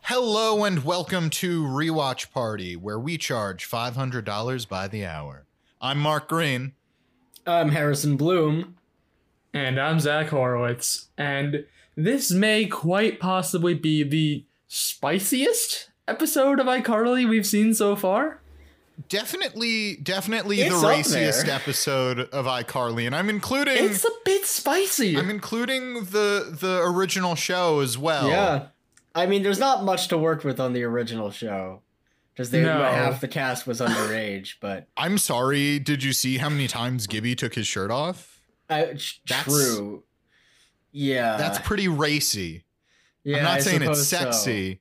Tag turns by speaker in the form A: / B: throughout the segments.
A: Hello and welcome to Rewatch Party, where we charge $500 by the hour. I'm Mark Green.
B: I'm Harrison Bloom.
C: And I'm Zach Horowitz, and this may quite possibly be the spiciest episode of iCarly we've seen so far.
A: Definitely, definitely
B: It's
A: the
B: up
A: raciest
B: there.
A: episode of iCarly, and I'm
B: Mm.
A: including
C: It's a bit spicy.
A: I'm including the the original show as well.
B: Yeah. I mean, there's not much to work with on the original show. Because they
C: No.
B: half the cast was underage, but
A: I'm sorry. Did you see how many times Gibby took his shirt off?
B: I, it's
A: That's-
B: uh, true. Yeah.
A: That's pretty racy.
B: yeah,
A: I'm not
B: I
A: saying it's
B: suppose so.
A: sexy.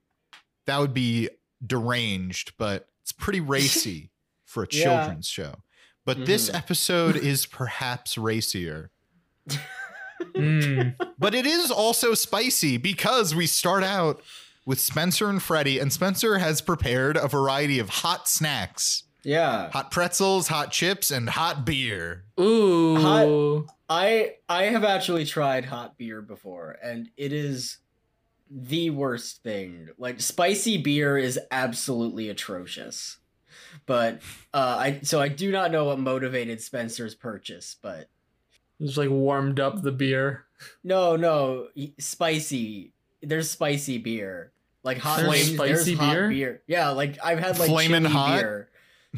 A: That would be deranged, but it's pretty racy for a
B: Yeah.
A: children's show. But this
B: Mhm.
A: episode is perhaps racier.
C: Mm.
A: But it is also spicy because we start out with Spencer and Freddie, and Spencer has prepared a variety of hot snacks
B: Yeah.
A: hot pretzels, hot chips, and hot beer.
C: Ooh.
B: I I have actually tried hot beer before, and it is the worst thing. Like spicy beer is absolutely atrocious. But uh, I so I do not know what motivated Spencer's purchase, but
C: Just like warmed up the beer.
B: No, no, y- spicy. There's spicy beer, like hot.
C: There's
B: wings, there's
C: spicy
B: hot
C: beer?
B: Yeah, like I've had like
A: Flamin'
B: chili
A: hot?
B: beer,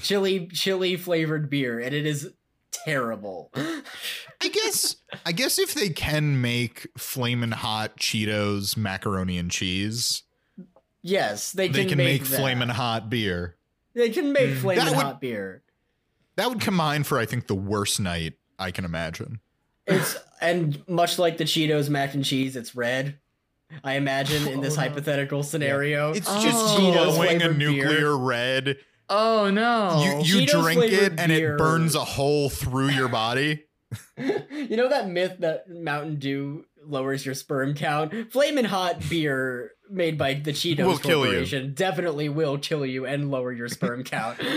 B: chili chili flavored beer, and it is terrible.
A: I guess I guess if they can make flamin' hot Cheetos macaroni and cheese,
B: yes, they
A: they,
B: can,
A: can
B: make,
A: make
B: that.
A: flamin' hot beer.
B: They can make
C: Mm.
B: flamin'
A: That would-
B: hot beer.
A: That would combine for I think the worst night I can imagine.
B: It's and much like the Cheetos mac and cheese, it's red. I imagine in this
C: Oh, no.
B: hypothetical scenario,
A: It's
C: Oh.
A: just
B: Cheetos
A: glowing a
B: flavored beer.
A: nuclear red.
C: Oh
A: You
C: no.
A: you
B: Cheetos
A: drink it
B: flavored
A: and
B: beer.
A: it burns a hole through your body.
B: you know that myth that Mountain Dew lowers your sperm count? Flamin' hot beer made by the Cheetos
A: Will kill you.
B: Corporation definitely will kill you and lower your sperm count.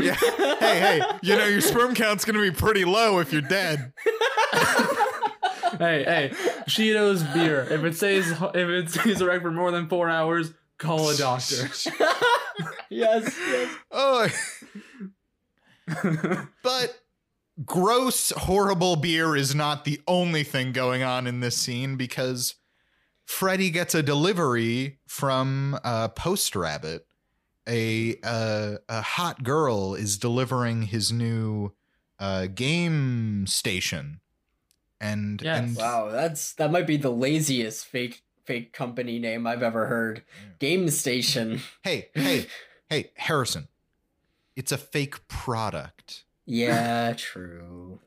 A: Yeah. Hey, hey, you know your sperm count's gonna be pretty low if you're dead.
C: hey, hey. Cheetos beer. If it stays if it stays erect for more than four hours, call a doctor.
B: yes, yes.
A: Oh, but gross, horrible beer is not the only thing going on in this scene because Freddy gets a delivery from uh, Post Rabbit. A uh, a hot girl is delivering his new uh, game station, and
C: Yes.
A: and
B: Wow, that's that might be the laziest fake fake company name I've ever heard. Game Station.
A: hey hey hey Harrison, it's a fake product.
B: Yeah, true.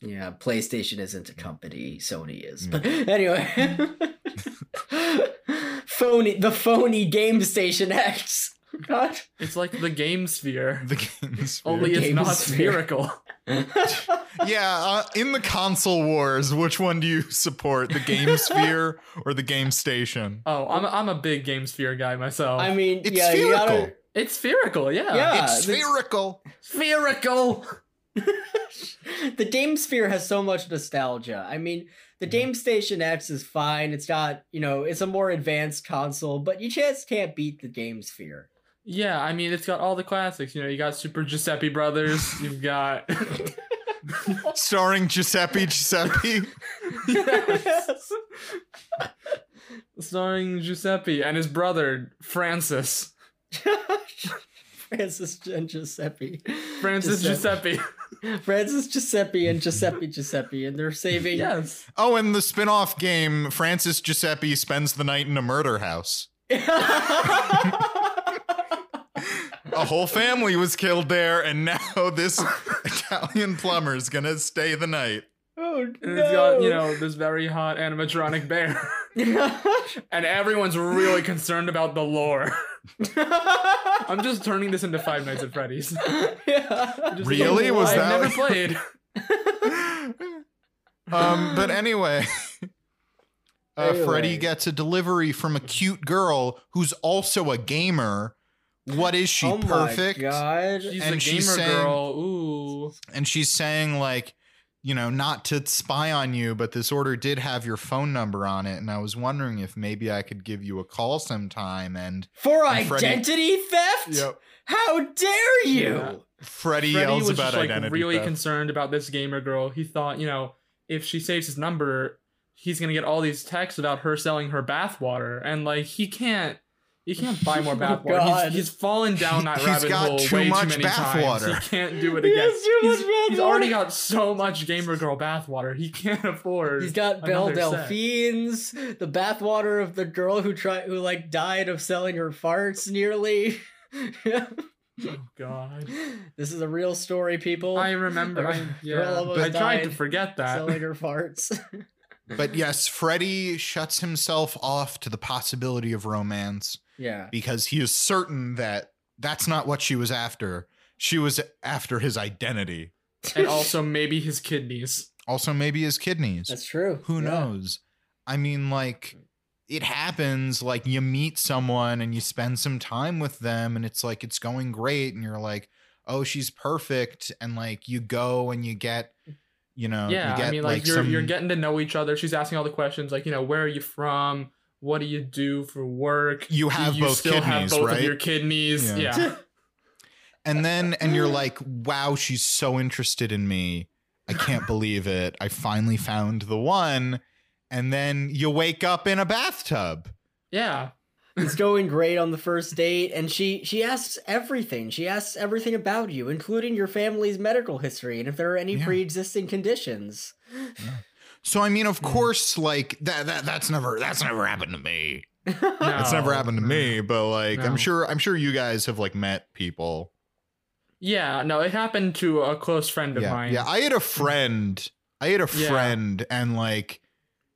B: Yeah, PlayStation isn't a company, Sony is. But anyway. phony the phony Game Station X. God.
C: it's like the game sphere.
A: The game's
C: Only
B: Game
C: it's not
B: sphere.
C: spherical.
A: yeah, uh, in the console wars, which one do you support, the game sphere or the game station?
C: Oh, I'm I'm a big game sphere guy myself.
B: I mean,
A: It's
B: yeah, you gotta,
C: it's spherical, yeah.
B: Yeah.
A: it's
B: that's-
A: spherical.
C: Spherical.
B: the Game Sphere has so much nostalgia. I mean, the Game Station X is fine. It's got, you know, it's a more advanced console, but you just can't beat the Game Sphere.
C: Yeah, I mean it's got all the classics. You know, you got Super Giuseppe Brothers. You've got
A: Starring Giuseppe Giuseppe.
C: Yes. starring Giuseppe and his brother Francis.
B: Francis and Giuseppe.
C: Francis Giuseppe.
B: Francis Giuseppe and Giuseppe Giuseppe, and they're saving.
C: yes.
A: Oh, and the spin-off game, Francis Giuseppe spends the night in a murder house. A whole family was killed there, and now this Italian plumber's gonna stay the night.
B: oh
C: And it's got, you
B: no.
C: know, this very hot animatronic bear. and everyone's really concerned about the lore. I'm just turning this into Five Nights at Freddy's.
B: yeah.
C: Just
A: Really?
C: like,
A: Was
C: I've
A: that-
C: never played.
B: Oh
A: Um, but anyway, uh, Freddy
B: Anyway.
A: gets a delivery from a cute girl who's also a gamer. What is she?
B: oh
A: perfect.
B: My God.
C: She's
A: And
C: a
A: she's
C: gamer
A: saying-
C: girl. Ooh.
A: And she's saying like, you know, not to spy on you, but this order did have your phone number on it, and I was wondering if maybe I could give you a call sometime." And
B: For
A: And Freddy-
B: identity theft? How dare you?
C: Yeah.
A: Freddy,
C: Freddy
A: yells
C: was
A: about
C: just like
A: identity
C: really
A: theft.
C: concerned about this gamer girl. He thought, you know, if she saves his number, he's gonna get all these texts about her selling her bathwater, and like he can't, he can't buy more
B: Oh,
C: bathwater.
B: God.
C: he's, he's fallen down that
A: He's
C: rabbit
A: got
C: hole
A: too
C: way
A: much
C: too many
A: bathwater.
C: times. He can't do it
B: He
C: again.
B: has too
C: he's,
B: much
C: he's already
B: bathwater.
C: got so much gamer girl bathwater. He can't afford.
B: He's got Belle
C: another set.
B: Delphine's, the bathwater of the girl who tried who like died of selling her farts nearly.
C: Oh God.
B: this is a real story, people.
C: I remember. I,
B: They're all
C: yeah,
B: almost
C: I tried to
B: died
C: forget that.
B: selling her farts.
A: But yes, Freddy shuts himself off to the possibility of romance
B: yeah.
A: because he is certain that that's not what she was after. She was after his identity.
C: and also maybe his kidneys.
A: Also, maybe his kidneys.
B: That's true.
A: Who
B: Yeah.
A: knows? I mean, like, it happens. Like, you meet someone and you spend some time with them, and it's like, it's going great. And you're like, oh, she's perfect. And like, you go and you get, you know,
C: yeah,
A: you get,
C: I mean, like, you're
A: some-
C: you're getting to know each other. She's asking all the questions, like you know, where are you from? What do you do for work?
A: you
C: Do
A: have
C: you
A: both
C: still
A: kidneys,
C: have both
A: right?
C: of your kidneys?
A: Yeah.
C: Yeah.
A: and then, and
C: Mm.
A: you're like, wow, she's so interested in me. I can't believe it. I finally found the one. And then you wake up in a bathtub.
C: yeah,
B: it's going great on the first date and she she asks everything she asks everything about you including your family's medical history and if there are any
A: Yeah.
B: pre-existing conditions
A: So I mean, of
C: Mm.
A: course, like that, that that's never that's never happened to me.
C: No.
A: That's never happened to me, but like
C: No.
A: I'm sure I'm sure you guys have like met people.
C: yeah. No, it happened to a close friend of
A: yeah,
C: mine.
A: yeah. I had a friend. I had a
C: Yeah.
A: friend, and like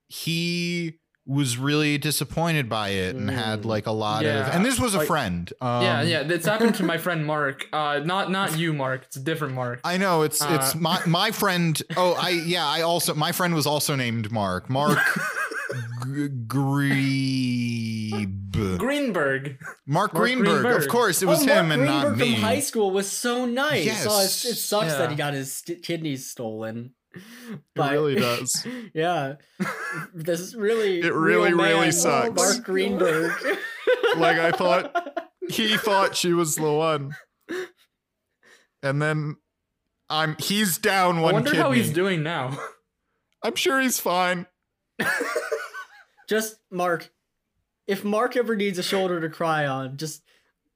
A: he was really disappointed by it, and had
B: Mm.
A: like a lot
C: Yeah.
A: of. And this was a
C: Like-
A: friend. Um,
C: yeah, yeah. It's happened to my friend Mark. Uh, not not you, Mark. It's a different Mark.
A: I know it's it's
C: Uh.
A: my my friend. Oh, I yeah. I also my friend was also named Mark. Mark G- Grebe.
C: Greenberg.
A: Mark,
C: Mark
A: Greenberg,
C: Greenberg.
A: Of course, it was
B: Oh,
A: him
B: Mark
A: and not
B: Greenberg
A: me.
B: from high school was so nice
A: Yes.
B: oh, it's- it sucks that he
C: Yeah.
B: got his st- kidneys stolen
A: it
B: by-
A: really does.
B: yeah this is really
A: It really,
B: real
A: really
B: man,
A: sucks.
B: mark greenberg
A: Like, I thought- he thought she was the one, and then I'm he's down
C: I
A: one
C: wonder
A: kidney.
C: how he's doing now.
A: I'm sure he's fine.
B: just mark if mark ever needs a shoulder to cry on just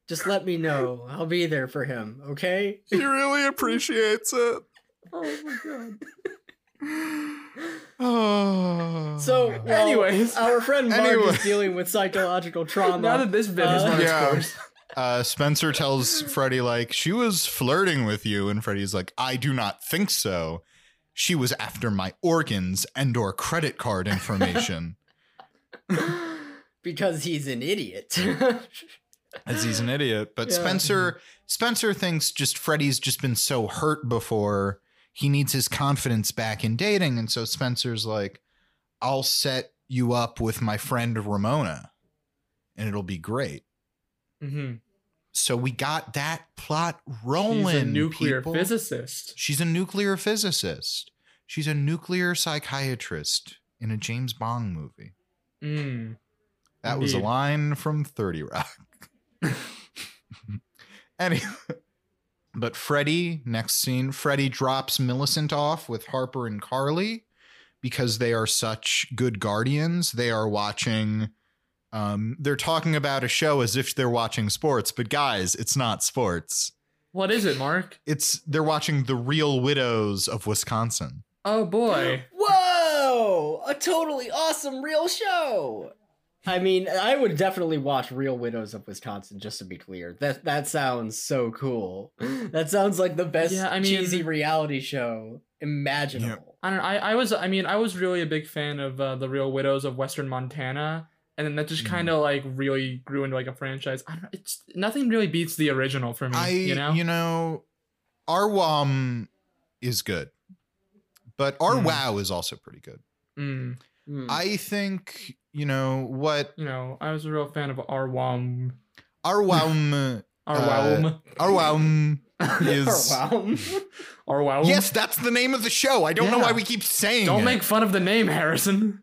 B: just let me know i'll be there for him okay
A: He really appreciates it.
C: oh my god.
A: Oh.
B: so well,
C: Anyways.
B: our friend mark
A: Anyway.
B: is dealing with psychological trauma
C: Now that this bit has
B: Uh,
C: run its
A: Yeah.
C: course.
A: uh, Spencer tells Freddy like she was flirting with you, and Freddy's like, I do not think so. She was after my organs and or credit card information.
B: because he's an idiot
A: as he's an idiot. But
B: Yeah.
A: Spencer Spencer thinks just Freddy's just been so hurt before he needs his confidence back in dating, and so Spencer's like, "I'll set you up with my friend Ramona, and it'll be great."
C: hmm
A: So we got that plot rolling.
C: She's a nuclear
A: people.
C: physicist.
A: She's a nuclear physicist. She's a nuclear psychiatrist in a James Bond movie.
C: Mm.
A: That was a
C: Indeed.
A: line from 30 Rock. anyway, but Freddy, next scene, Freddy drops Millicent off with Harper and Carly because they are such good guardians. They are watching, um, they're talking about a show as if they're watching sports, but guys, it's not sports.
C: What is it, Mark?
A: It's they're watching The Real Widows of Wisconsin.
C: Oh boy.
B: Whoa! A totally awesome real show. I mean, I would definitely watch Real Widows of Wisconsin. Just to be clear, that that sounds so cool. That sounds like the best
C: Yeah, I mean-
B: cheesy reality show imaginable.
C: I don't. I, I was. I mean, I was really a big fan of uh, the Real Widows of Western Montana, and then that just
A: Mm.
C: kind of like really grew into like a franchise. I don't. It's nothing really beats the original for me.
A: I
C: Mm-hmm. you know.
A: you know Arwam is good. But our
C: Hmm.
A: wow is also pretty good.
C: Mm,
B: Hmm.
A: I think, you know, what
C: you know. I was a real fan of Arwam.
A: our wow
C: Arwelm.
A: Arwam is.
B: Overwhelmed.
C: Arwelm.
A: Yes, that's the name of the show. I don't know
C: Oh. Yeah.
A: why we keep saying
C: Don't
A: it.
C: make fun of the name, Harrison.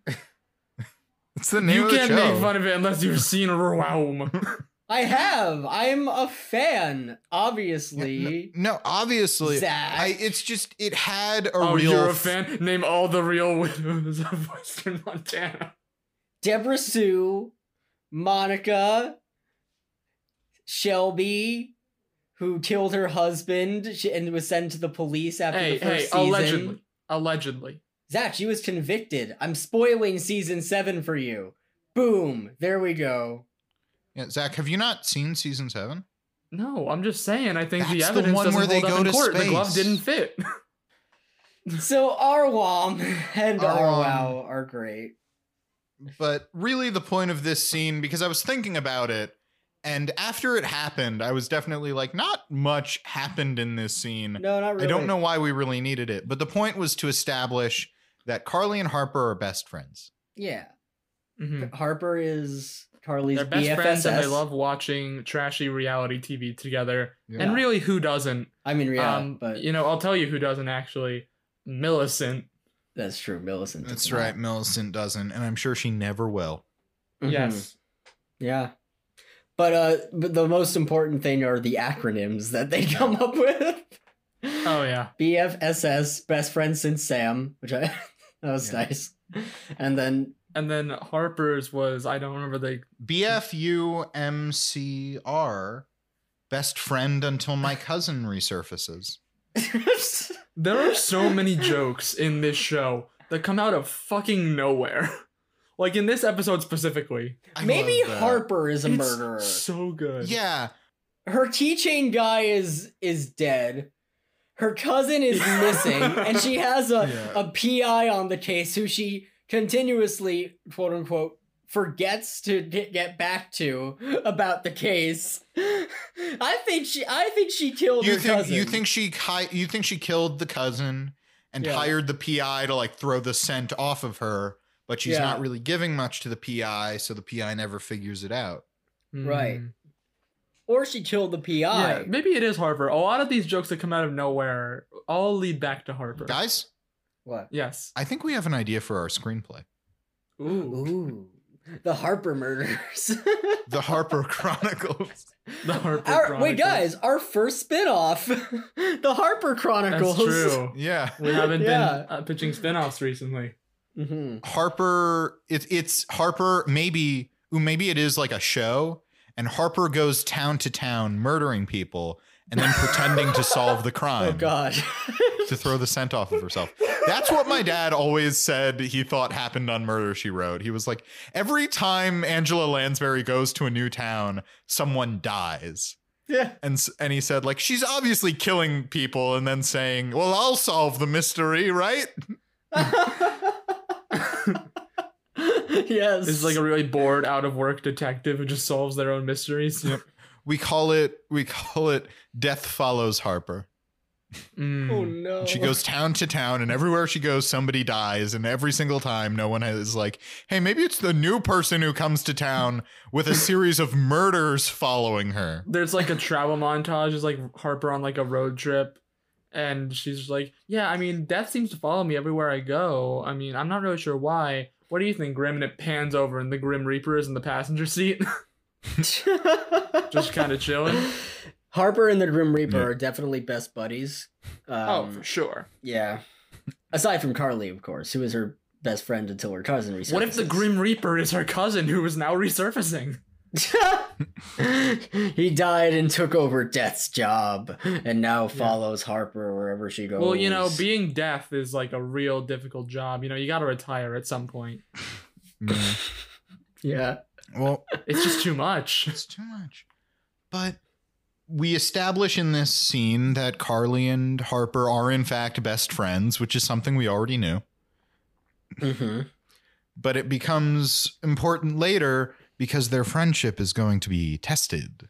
A: it's the name
C: you
A: of the
C: can't
A: show.
C: make fun of it unless you've seen Arwelm.
B: I have. I'm a fan, obviously.
A: no, obviously.
B: Zach.
A: I, it's just it had a
C: oh,
A: real
C: you're a
A: f-
C: fan? Name all the real widows of Western Montana.
B: Deborah Sue, Monica, Shelby, who killed her husband sh- and was sent to the police after
C: Hey,
B: the first
C: hey,
B: season.
C: allegedly. Allegedly.
B: Zach, she was convicted. I'm spoiling season seven for you. Boom. There we go.
A: Yeah, Zach, have you not seen season seven?
C: No, I'm just saying. I think the
A: That's the
C: evidence
A: one
C: doesn't
A: where they
C: hold
A: go
C: up in
A: to
C: court. The glove
A: space.
C: didn't fit.
B: So Arwam and
A: Arwam.
B: Arwow are great.
A: But really, the point of this scene, because I was thinking about it, and after it happened, I was definitely like, not much happened in this scene.
B: No, not really.
A: I don't know why we really needed it, but the point was to establish that Carly and Harper are best friends.
B: Yeah. Mm-hmm.
C: Mhm.
B: Harper is Carly's
C: They're best
B: BFSS.
C: friends and they love watching trashy reality TV together.
A: Yeah.
C: And really, who doesn't?
B: I mean, yeah,
C: um,
B: but
C: you know, I'll tell you who doesn't actually. Millicent.
B: that's true. Millicent.
A: That's
B: does not.
A: right. Millicent doesn't, and I'm sure she never will.
B: Mhm.
C: Yes.
B: Yeah. But uh but the most important thing are the acronyms that they come up with.
C: Oh yeah.
B: BFSS, best friend since Sam, which I that was
A: Yeah.
B: nice. And then
C: And then Harper's was I don't remember the
A: BFUMCR, best friend until my cousin resurfaces.
C: There are so many jokes in this show that come out of fucking nowhere. Like in this episode specifically.
A: I
B: maybe
A: love that.
B: Harper is a
C: It's
B: murderer.
C: So good.
A: Yeah,
B: Her keychain guy is is dead. Her cousin is
C: Yeah.
B: missing, and she has a,
A: Yeah.
B: a PI on the case who she continuously, quote unquote, forgets to get get back to about the case. I think she I think she killed
A: you
B: her
A: think
B: cousin.
A: you think she hi- you think she killed the cousin and
B: Yeah.
A: hired the PI to like throw the scent off of her, but she's
B: Yeah.
A: not really giving much to the PI, so the PI never figures it out.
C: Mm.
B: Right. or she killed the PI.
C: Yeah, maybe it is Harper. A lot of these jokes that come out of nowhere all lead back to Harper.
A: Guys,
B: What?
C: Yes.
A: I think we have an idea for our screenplay.
C: Ooh.
B: Ooh. The Harper murders.
A: The Harper Chronicles.
C: The Harper
B: Our, wait,
C: Chronicles.
B: guys, our first spinoff, the Harper Chronicles.
C: That's true.
A: Yeah.
C: We haven't
B: Yeah.
C: been uh, pitching spin-offs recently.
B: Mhm.
A: Harper it's it's Harper maybe ooh, maybe it is like a show and Harper goes town to town murdering people and then pretending to solve the
B: Oh
A: crime
B: God.
A: to throw the scent off of herself. That's what my dad always said he thought happened on Murder She Wrote. He was like every time Angela Lansbury goes to a new town, someone dies.
B: yeah.
A: And s- and he said like she's obviously killing people and then saying, "Well, I'll solve the mystery, right?"
B: yes.
C: This is like a really bored, out of work detective who just solves their own mysteries.
A: Yep. We call it we call it Death Follows Harper.
C: Mm.
B: oh no.
A: She goes town to town, and everywhere she goes, somebody dies. And every single time, no one is like, hey, maybe it's the new person who comes to town with a series of murders following her.
C: there's like a travel montage. It's like Harper on like a road trip, and she's just like, "Yeah, I mean, death seems to follow me everywhere I go. I mean, I'm not really sure why. What do you think, Grim?" And it pans over, and the Grim Reaper is in the passenger seat, just kind of chilling.
B: Harper and the Grim Reaper
A: Yeah.
B: are definitely best buddies.
C: oh,
B: Um,
C: for sure.
B: yeah. Aside from Carly, of course, who was her best friend until her cousin resurfaces.
C: What if the Grim Reaper is her cousin who is now resurfacing?
B: he died and took over Death's job, and now follows Harper wherever she goes.
C: Well, you know, being death is like a real difficult job. You know, you got to retire at some point.
A: Mm.
B: yeah,
A: well,
C: It's just too much.
A: it's too much. But we establish in this scene that Carly and Harper are, in fact, best friends, which is something we already knew.
B: hmm
C: Mm-hmm.
A: But it becomes important later because their friendship is going to be tested.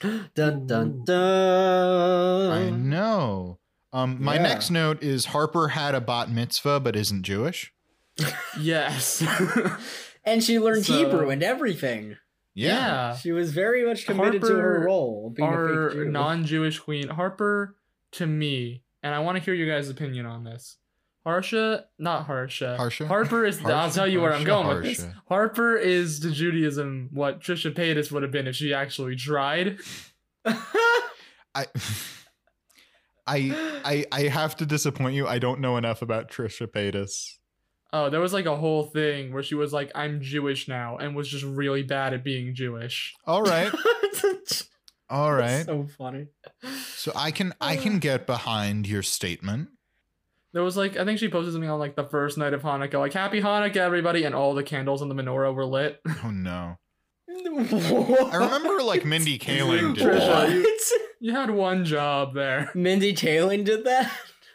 B: dun dun dun.
A: I know. Um, my
B: Yeah.
A: next note is Harper had a bat mitzvah but isn't Jewish.
C: Yes.
B: And she learned
C: So-
B: Hebrew and everything.
A: Yeah.
B: She was very much committed to her
C: Harper
B: role, being a
C: our
B: fake Jew.
C: non-Jewish queen Harper to me, and I want to hear your guys' opinion on this. Harsha, not Harsha.
A: Harsha?
C: Harper is. I'll
A: Harsha?
C: tell you where I'm
A: Harsha,
C: going with this.
A: Harsha.
C: Harper is to Judaism what Trisha Paytas would have been if she actually tried.
A: I I I I have to disappoint you. I don't know enough about Trisha Paytas.
C: Oh, there was like a whole thing where she was like, "I'm Jewish now," and was just really bad at being Jewish.
A: All right. All right.
B: So funny.
A: So I can I can get behind your statement.
C: There was like, I think she posted something on like the first night of Hanukkah, like "Happy Hanukkah, everybody," and all the candles on the menorah were lit.
A: Oh no.
B: I
A: I remember like Mindy Kaling did
C: Trisha,
A: that.
C: you- You had one job there.
B: Mindy Kaling did that.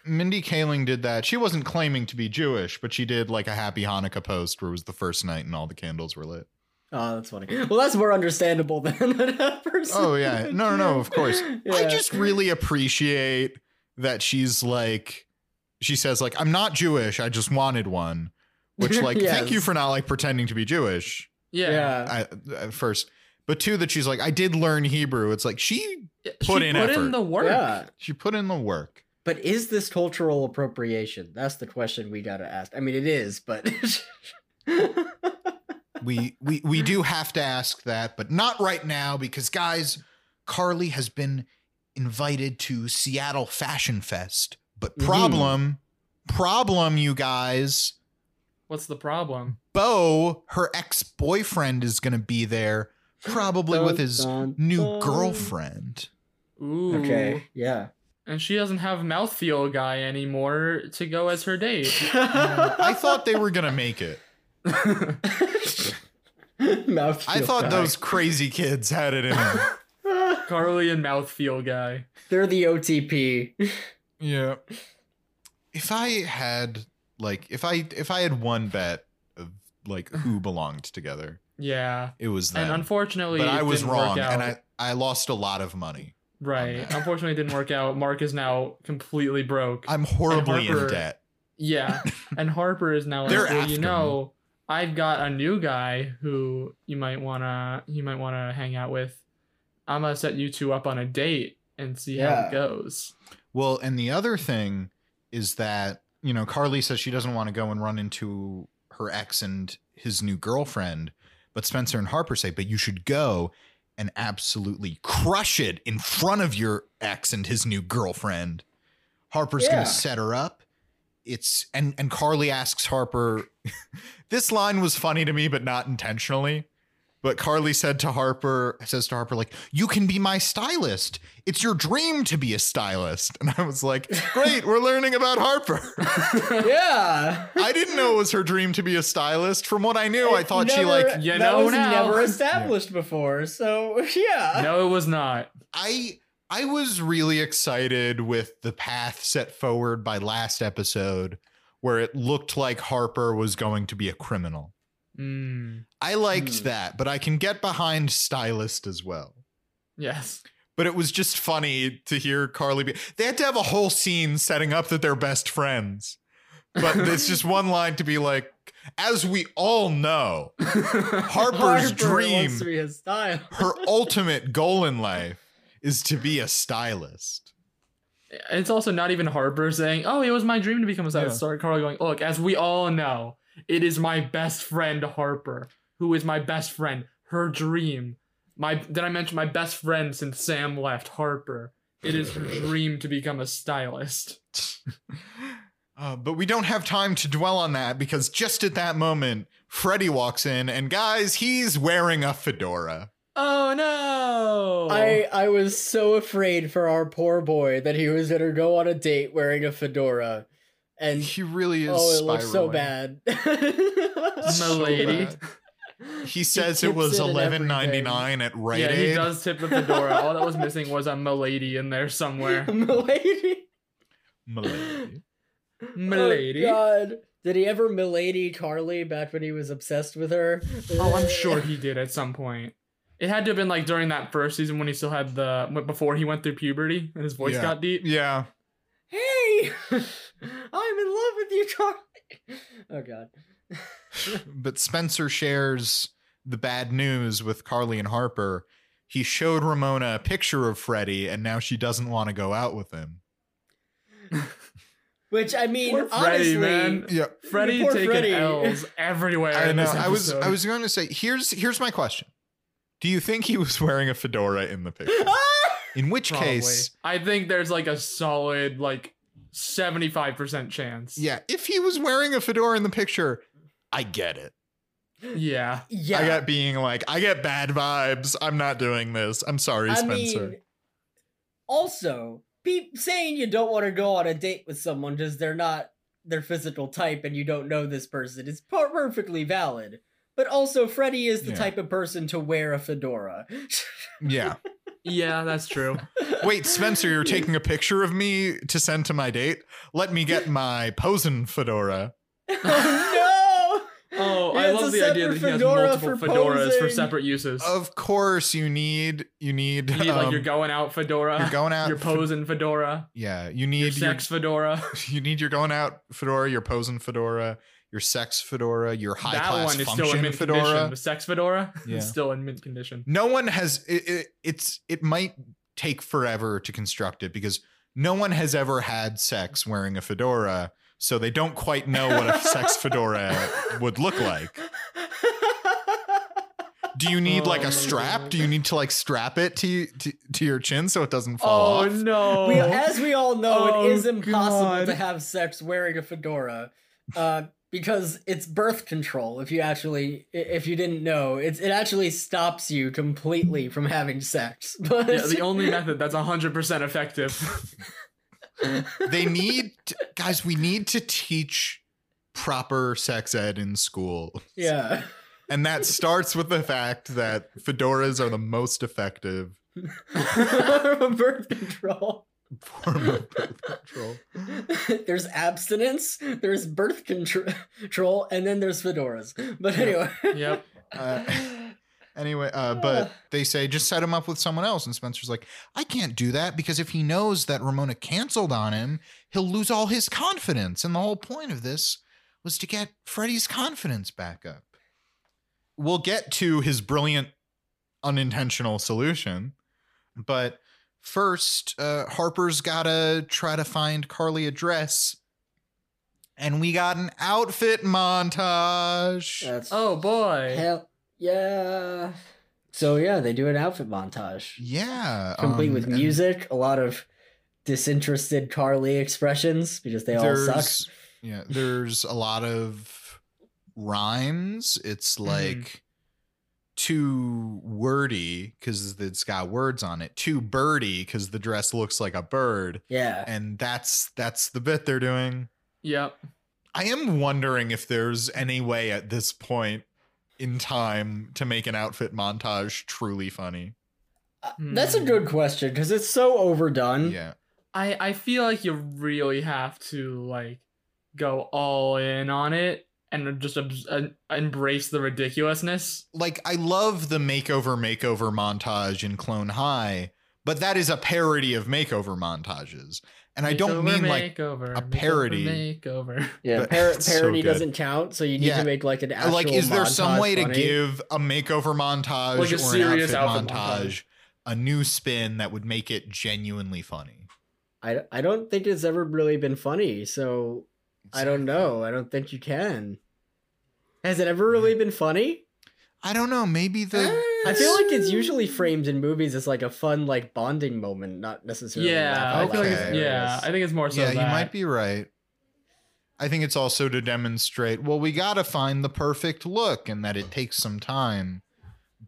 A: Mindy Kaling did that. She wasn't claiming to be Jewish, but she did like a happy Hanukkah post where it was the first night and all the candles were lit.
B: Oh, that's funny. Well, that's more understandable than that person.
A: Oh, yeah. No, no, no, of course. I
B: Yeah.
A: just really appreciate that she's like she says like I'm not Jewish, I just wanted one, which like thank you
B: Yes.
A: for not like pretending to be Jewish
C: Yeah.
A: I, at first. But two that she's like I did learn Hebrew. It's like she Put
C: she
A: in
C: put
A: effort.
C: in the work.
B: Yeah.
A: she put in the work.
B: But is this cultural appropriation? That's the question we gotta ask. I mean, it is, but
A: We we we do have to ask that, but not right now because guys, Carly has been invited to Seattle Fashion Fest. But
B: Mhm.
A: problem, problem you guys,
C: What's the problem?
A: Bo, her ex boyfriend, is going to be there, probably with his
B: Dun, dun,
A: new
B: dun.
A: girlfriend.
C: Ooh.
B: Okay. Yeah.
C: And she doesn't have mouthfeel guy anymore to go as her date.
A: I thought they were going to make it.
B: Mouth
A: I
B: feel
A: thought
B: guy.
A: those crazy kids had it in them.
C: Carly and mouthfeel guy.
B: They're the OTP.
A: yeah. If I had like if I if I had one bet of like who belonged together,
C: Yeah.
A: it was
C: And
A: them.
C: unfortunately,
A: But I
C: it
A: was
C: didn't
A: wrong,
C: work out.
A: and I I lost a lot of money.
C: right. Unfortunately, it didn't work out. Mark is now completely broke.
A: I'm horribly in
C: Harper-
A: debt.
C: Yeah. And Harper is now like,
A: They're
C: well,
A: after
C: you
A: me."
C: know, I've got a new guy who you might wanna you might wanna hang out with. I'm gonna set you two up on a date and see how
B: Yeah.
C: it goes.
A: Well, and the other thing is that, you know, Carly says she doesn't want to go and run into her ex and his new girlfriend, but Spencer and Harper say, but you should go and absolutely crush it in front of your ex and his new girlfriend. Harper's
B: Yeah.
A: going to set her up. It's and and Carly asks Harper this line was funny to me but not intentionally. But Carly said to Harper, says to Harper, like, you can be my stylist. It's your dream to be a stylist. And I was like, great, we're learning about Harper.
B: yeah.
A: I didn't know it was her dream to be a stylist. From what I knew, I thought she
B: Never-
A: like,
C: You
B: that
C: know
B: was
C: now.
B: never established before. So yeah.
C: no, it was not.
A: I I was really excited with the path set forward by last episode where it looked like Harper was going to be a criminal.
C: Mm,
A: I liked
B: Hmm.
A: that, but I can get behind stylist as well.
C: yes.
A: But it was just funny to hear Carly be. They had to have a whole scene setting up that they're best friends. But it's just one line to be like, as we all know, Harper's
B: Harper
A: dream,
B: wants to be his style.
A: her ultimate goal in life is to be a stylist.
C: It's also not even Harper saying, "Oh, it was my dream to become a star."
A: Yeah.
C: It's Sorry, Carly going, "Look, as we all know, it is my best friend Harper, who is my best friend. Her dream. My did I mention my best friend since Sam left Harper? It is her dream to become a stylist."
A: Uh, but we don't have time to dwell on that because just at that moment, Freddy walks in and guys, he's wearing a fedora.
C: Oh no!
B: I I was so afraid for our poor boy that he was gonna go on a date wearing a fedora, and
A: He really is.
B: oh, it looks so
A: spiraling.
B: bad.
A: So
C: Milady.
A: bad. He says it
B: tips
A: was
B: it and
A: eleven ninety nine at Rite
C: yeah,
A: Aid.
C: he does tip the fedora. all that was missing was a milady in there somewhere.
B: Milady.
A: Milady.
C: Milady.
B: Oh, God. Did he ever milady Carly back when he was obsessed with her?
C: Oh, I'm sure he did at some point. It had to have been like during that first season when he still had the when- before he went through puberty and his voice
A: Yeah.
C: got deep.
A: Yeah.
B: Hey, I'm in love with you, Carly. Oh God.
A: But Spencer shares the bad news with Carly and Harper, he showed Ramona a picture of Freddy, and now she doesn't want to go out with him.
B: Which I mean,
C: Poor
B: honestly,
C: Freddy, man.
A: Yeah,
C: Freddy
B: Poor
C: taking
B: Freddy.
C: L's everywhere.
A: I
C: in
A: know.
C: this
A: I was
C: episode.
A: I was going to say here's here's my question. Do you think he was wearing a fedora in the picture?
B: Ah!
A: In which
C: Probably.
A: case,
C: I think there's like a solid like 75% chance.
A: yeah, if he was wearing a fedora in the picture, I get it.
C: Yeah.
B: yeah.
A: I got being like, I get bad vibes. I'm not doing this. I'm sorry,
B: I
A: Spencer.
B: mean, also, peep saying you don't want to go on a date with someone because they're not their physical type and you don't know this person is per- perfectly valid. But also, Freddy is the
A: Yeah.
B: type of person to wear a fedora.
A: yeah.
C: Yeah, that's true.
A: Wait, Spencer, you're taking a picture of me to send to my date? Let me get my Posen fedora.
B: oh no!
C: Oh,
B: He
C: I
B: has a
C: love the idea that
B: separate
C: he has
B: fedora
C: multiple
B: for
C: fedoras for
B: posing.
C: separate uses.
A: Of course, you need you need,
C: you need like
A: Oh, um,
C: your going out fedora,
A: you're
C: your,
A: going out. fe-
C: posing fedora,
A: yeah, you
C: your
A: need your
C: sex fedora.
A: you need your going out fedora, your posing fedora, your sex fedora, your high
C: that
A: class
C: one is still in
A: function
C: mint
A: fedora.
C: condition. The sex fedora
A: Yeah.
C: is still in mint condition.
A: No one has it, it, it's it might take forever to construct it because no one has ever had sex wearing a fedora, so they don't quite know what a sex fedora would look like. Do you need
C: Oh
A: like
C: my
A: a strap?
C: God.
A: Do you need to like strap it to to, to your chin so it doesn't fall
C: Oh
A: off?
C: no.
B: We, as we all know,
C: Oh,
B: it is impossible
C: God.
B: to have sex wearing a fedora, uh, because it's birth control. If you actually, i- if you didn't know, it's it actually stops you completely from having sex. But
C: yeah, the only method that's 100% effective.
A: they need to- guys we need to teach proper sex ed in school
B: yeah,
A: and that starts with the fact that fedoras are the most effective
B: birth control.
A: form of birth control
B: there's abstinence, there's birth contr- control, and then there's fedoras. But anyway,
C: yep.
A: uh, anyway uh, but they say just set him up with someone else and spencer's like i can't do that because if he knows that ramona canceled on him he'll lose all his confidence and the whole point of this was to get freddy's confidence back up we'll get to his brilliant unintentional solution but first uh, harper's gotta try to find carly a dress and we got an outfit montage
B: that's
C: Oh boy.
B: Hell yeah. So yeah, they do an outfit montage.
A: yeah
B: Complete
A: um,
B: with
A: and-
B: music, a lot of disinterested Carly expressions because they all suck.
A: There's- Yeah, there's a lot of rhymes. It's
B: Mm-hmm.
A: like too wordy because it's got words on it. Too birdy because the dress looks like a bird,
B: Yeah.
A: and that's that's the bit they're doing.
C: Yep.
A: I am wondering if there's any way at this point in time to make an outfit montage truly funny.
B: Uh, That's a
C: Hmm.
B: good question because it's so overdone.
A: Yeah,
C: I I feel like you really have to like go all in on it and just abs- uh, embrace the ridiculousness.
A: like I love the makeover makeover montage in Clone High, but that is a parody of makeover montages. And I don't
C: Makeover,
A: mean like
C: makeover,
A: a
C: makeover,
A: parody.
C: Makeover.
B: Yeah.
A: But
B: Par-
A: it's so
B: parody
A: good.
B: doesn't count, so you need
A: Yeah.
B: to make like an actual
A: like is there some
B: montage
A: way to
B: funny.
A: give a makeover montage
C: Like a
A: or
C: serious
A: an outfit,
C: outfit
A: montage,
C: montage.
A: a new spin that would make it genuinely funny?
B: I I don't think it's ever really been funny, so I don't know. I don't think you can. Has it ever really been funny?
A: I don't know. Maybe the
B: I feel like it's usually framed in movies as like a fun, like bonding moment, not necessarily.
C: Yeah, I
B: laugh out
C: feel like
B: loud
C: it's,
A: Okay.
C: yeah, I think it's more so.
A: yeah,
C: that.
A: you might be right. I think it's also to demonstrate. Well, we gotta find the perfect look, and that it takes some time.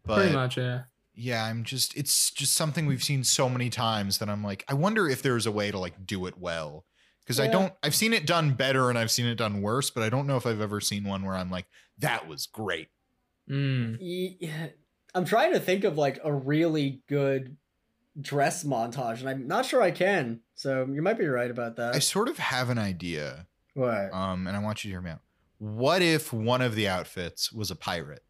A: But
C: pretty much. Yeah,
A: yeah i'm just it's just something we've seen so many times that i'm like i wonder if there's a way to like do it well because i
B: Yeah.
A: don't i've seen it done better and i've seen it done worse but i don't know if i've ever seen one where i'm like that was great
C: mm.
B: Y- yeah. I'm trying to think of like a really good dress montage, and I'm not sure I can. So you might be right about that.
A: i sort of have an idea
B: what?
A: um and i want you to hear me out what if one of the outfits was a pirate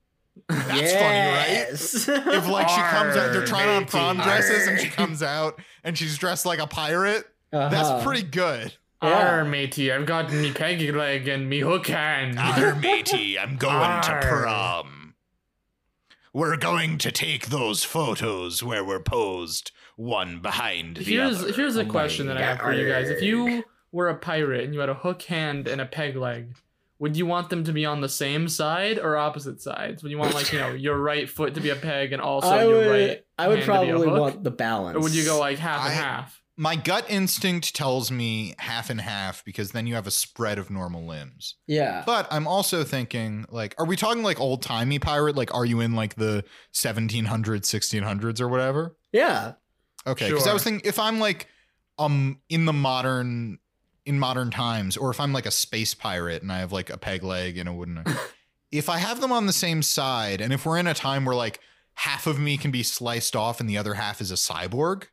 A: that's
B: funny,
A: funny right if like she comes out they're
C: Arr,
A: trying on prom
C: matey.
A: dresses and she
B: Arr.
A: comes out and she's dressed like a pirate
B: Uh-huh.
A: that's pretty good
B: Yeah.
C: Arr, matey, I've got me peggy leg and me hook hand.
A: matey i'm
C: going to Arr.
A: prom We're going to take those photos where we're posed one behind the
C: here's
A: other. Um,
C: here's
B: Oh
C: a
B: my
C: question that I have for you guys. If you were a pirate and you had a hook hand and a peg leg, would you want them to be on the same side or opposite sides? Would you want like you know your right foot to be a peg and also
B: I
C: your
B: would,
C: right,
B: I would
C: hand to be a
B: probably
C: hook?
B: want the balance.
C: or would you go like half
A: I-
C: and half?
A: My gut instinct tells me half and half because then you have a spread of normal limbs.
B: yeah.
A: But I'm also thinking, like, are we talking like old timey pirate? Like, are you in like the 1700s, 1600s, or whatever?
B: Yeah.
A: Okay, because I was
C: Sure.
A: thinking if I'm like um in the modern in modern times, or if I'm like a space pirate and I have like a peg leg and a wooden, if I have them on the same side, and if we're in a time where like half of me can be sliced off and the other half is a cyborg,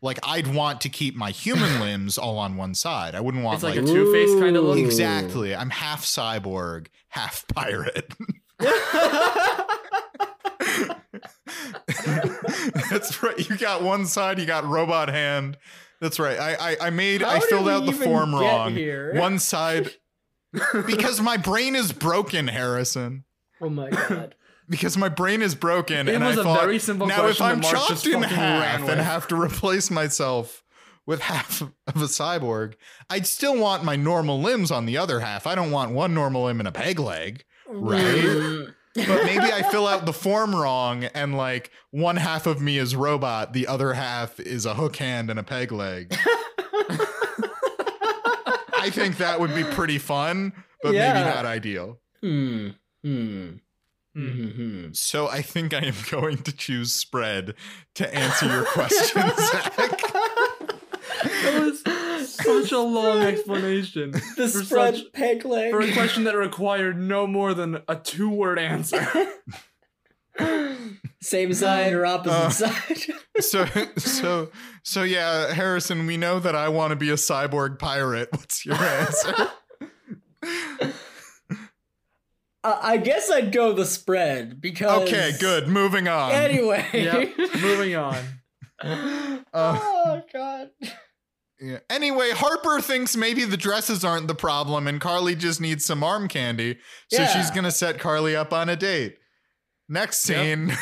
A: like I'd want to keep my human limbs all on one side. I wouldn't want
C: It's like a
A: like
B: like-
C: two faced kind of
B: Ooh.
C: look.
A: exactly. I'm half cyborg, half pirate. That's right. You got one side. You got robot hand. That's right. I I, I made. I
B: How did
A: filled
B: we
A: out the
B: even
A: form
B: get
A: wrong.
B: here?
A: One side. because my brain is broken, Harrison.
B: oh my god.
A: Because my brain is broken,
C: It
A: and
C: was
A: I
C: a
A: thought
C: very simple
A: now if
C: question
A: I'm
C: that Mark
A: chopped
C: just
A: in
C: fucking ran
A: half and
C: with.
A: have to replace myself with half of a cyborg, I'd still want my normal limbs on the other half. I don't want one normal limb and a peg leg. Right? but maybe I fill out the form wrong and like one half of me is robot, the other half is a hook hand and a peg leg. I think that would be pretty fun, but maybe
B: Yeah.
A: not ideal.
B: Hmm. Hmm.
C: Hmm.
B: hmm
A: So I think I am going to choose spread to answer your question, Zach.
C: That was such a long explanation
B: The
C: For
B: spread
C: such-
B: peg leg.
C: for a question that required no more than a two word answer.
B: Same side or opposite
A: Uh.
B: side?
A: So so so yeah, Harrison, we know that I want to be a cyborg pirate. What's your answer?
B: Uh, I guess I'd go the spread because.
A: okay, good. Moving on.
B: Anyway.
C: yep. Moving on.
B: oh god.
A: Yeah. Anyway, Harper thinks maybe the dresses aren't the problem and Carly just needs some arm candy. So
B: Yeah.
A: she's going to set Carly up on a date. Next
C: Yep.
A: scene.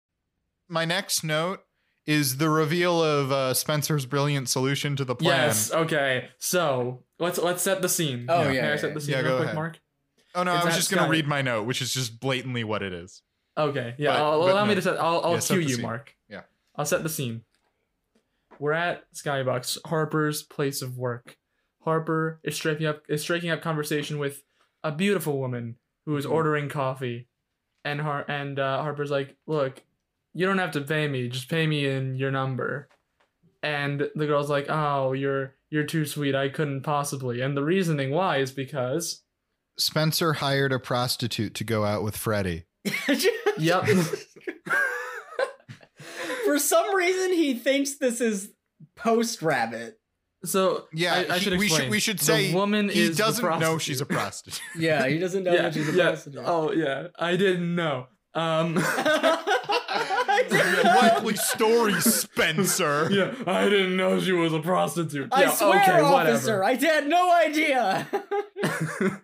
A: My next note is the reveal of uh, Spencer's brilliant solution to the plan.
C: Yes. Okay. So let's let's set the scene.
B: Oh,
A: Yeah.
B: yeah,
C: May I
B: yeah,
C: set
B: yeah.
C: the scene
A: Yeah,
C: real
A: go
C: quick,
A: ahead.
C: Mark?
A: Oh, no, I
C: It's
A: was
C: not-
A: just going to
C: it's not-
A: read my note, which is just blatantly what it is.
C: Okay. Yeah.
A: But-
C: I'll,
A: but
C: allow
A: no.
C: me to set. I'll I'll
A: Yeah, set
C: cue
A: the
C: you,
A: scene.
C: Mark.
A: Yeah.
C: I'll set the scene. We're at Skybox, Harper's place of work. Harper is striking up is striking up conversation with a beautiful woman who
A: Mm-hmm.
C: is ordering coffee, and Har- and uh, Harper's like, "Look, you don't have to pay me. Just pay me in your number." And the girl's like, "Oh, you're you're too sweet. I couldn't possibly." And the reasoning why is because
A: Spencer hired a prostitute to go out with Freddie.
C: yep,
B: For some reason, he thinks this is post rabbit.
C: So
A: Yeah,
C: I, I
A: he-
C: should
A: we should-
C: explain.
A: we should
C: The
A: say
C: woman
A: He
C: is the
A: doesn't know she's a
C: prostitute.
A: prostitute.
B: Yeah, he doesn't know
C: yeah,
B: that she's a
C: yeah.
B: prostitute.
C: Oh yeah, I didn't know. Um,
B: I didn't know.
A: Likely story, Spencer.
C: yeah, I didn't know she was a prostitute.
B: I
C: yeah,
B: swear,
C: okay,
B: officer, I had no idea.
C: whatever.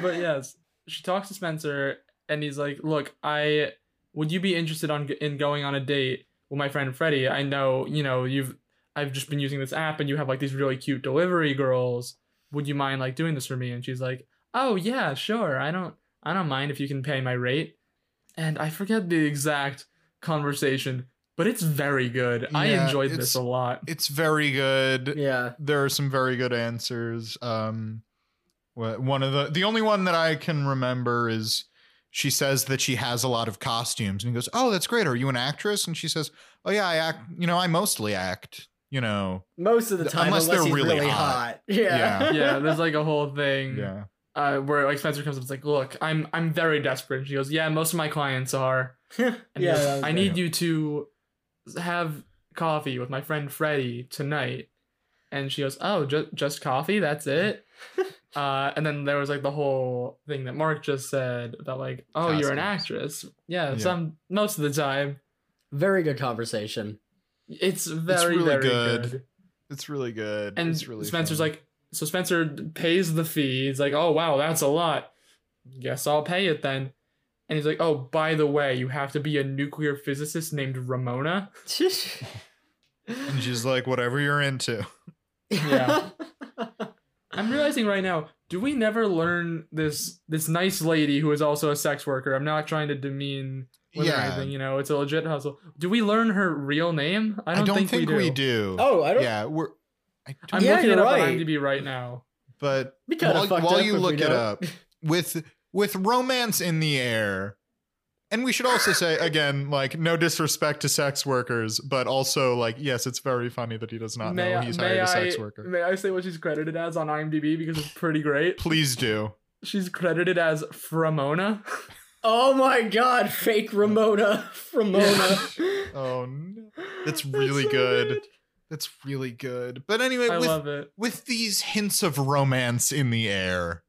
C: but yes, she talks to Spencer, and he's like, "Look, I would you be interested on in going on a date with my friend Freddie? I know you know you've I've just been using this app, and you have like these really cute delivery girls. Would you mind like doing this for me?" And she's like, "Oh yeah, sure. I don't I don't mind if you can pay my rate." And I forget the exact conversation, but it's very good. I
A: Yeah,
C: enjoyed
A: it's-
C: this a lot.
A: It's very good.
B: yeah.
A: there are some very good answers. Um, wh- one of the the only one that I can remember is she says that she has a lot of costumes, and he goes, "Oh, that's great. Are you an actress?" And she says, "Oh yeah, I act. You know, I mostly act. You know,
B: Most of the time,
A: Unless
B: unless,
A: they're
B: he's
A: really
B: really,
A: hot.
B: hot. Yeah.
C: yeah, there's like a whole thing.
A: yeah,
C: uh, where like Spencer comes up, it's like, look, I'm I'm very desperate. And she goes, yeah, most of my clients are.
B: yeah.
C: And he goes,
B: that was
C: I
B: good.
C: need you to have coffee with my friend Freddie tonight. And she goes, oh, just just coffee, that's it. uh, and then there was like the whole thing that Mark just said about like, oh, you're an actress. Yeah,
A: Yeah.
C: some most of the time,
B: Very good conversation.
C: it's very
A: really
C: very
A: good.
C: good.
A: it's really good.
C: And
A: it's really
C: Spencer's like, so Spencer pays the fee. He's like, oh wow, that's a lot. Guess I'll pay it then. And he's like, "Oh, by the way, you have to be a nuclear physicist named Ramona."
A: And she's like, whatever you're into.
C: Yeah. I'm realizing right now, do we never learn this this nice lady who is also a sex worker? I'm not trying to demean women or
A: Yeah.
C: anything, you know, it's a legit hustle. Do we learn her real name?
A: I don't, think, we, do.
B: Oh, I don't.
A: Yeah, we're. I don't,
C: I'm
B: Yeah,
C: looking it
B: you're
C: up
B: right.
C: on IMDb right now.
A: but
B: Be kinda
A: while,
B: fucked
A: while
B: up
A: you
B: if we
A: look it
B: don't.
A: up, with with romance in the air, and we should also say again, like no disrespect to sex workers, but also like yes, it's very funny that he does not know he's hired a sex worker.
C: May I say what she's credited as on IMDb because it's pretty great?
A: Please do.
C: She's credited as Framona.
B: Oh my god, fake Ramona. Ramona.
A: Oh, no. That's really good. that's really good. But anyway,
C: I
A: with
C: love it.
A: with these hints of romance in the air,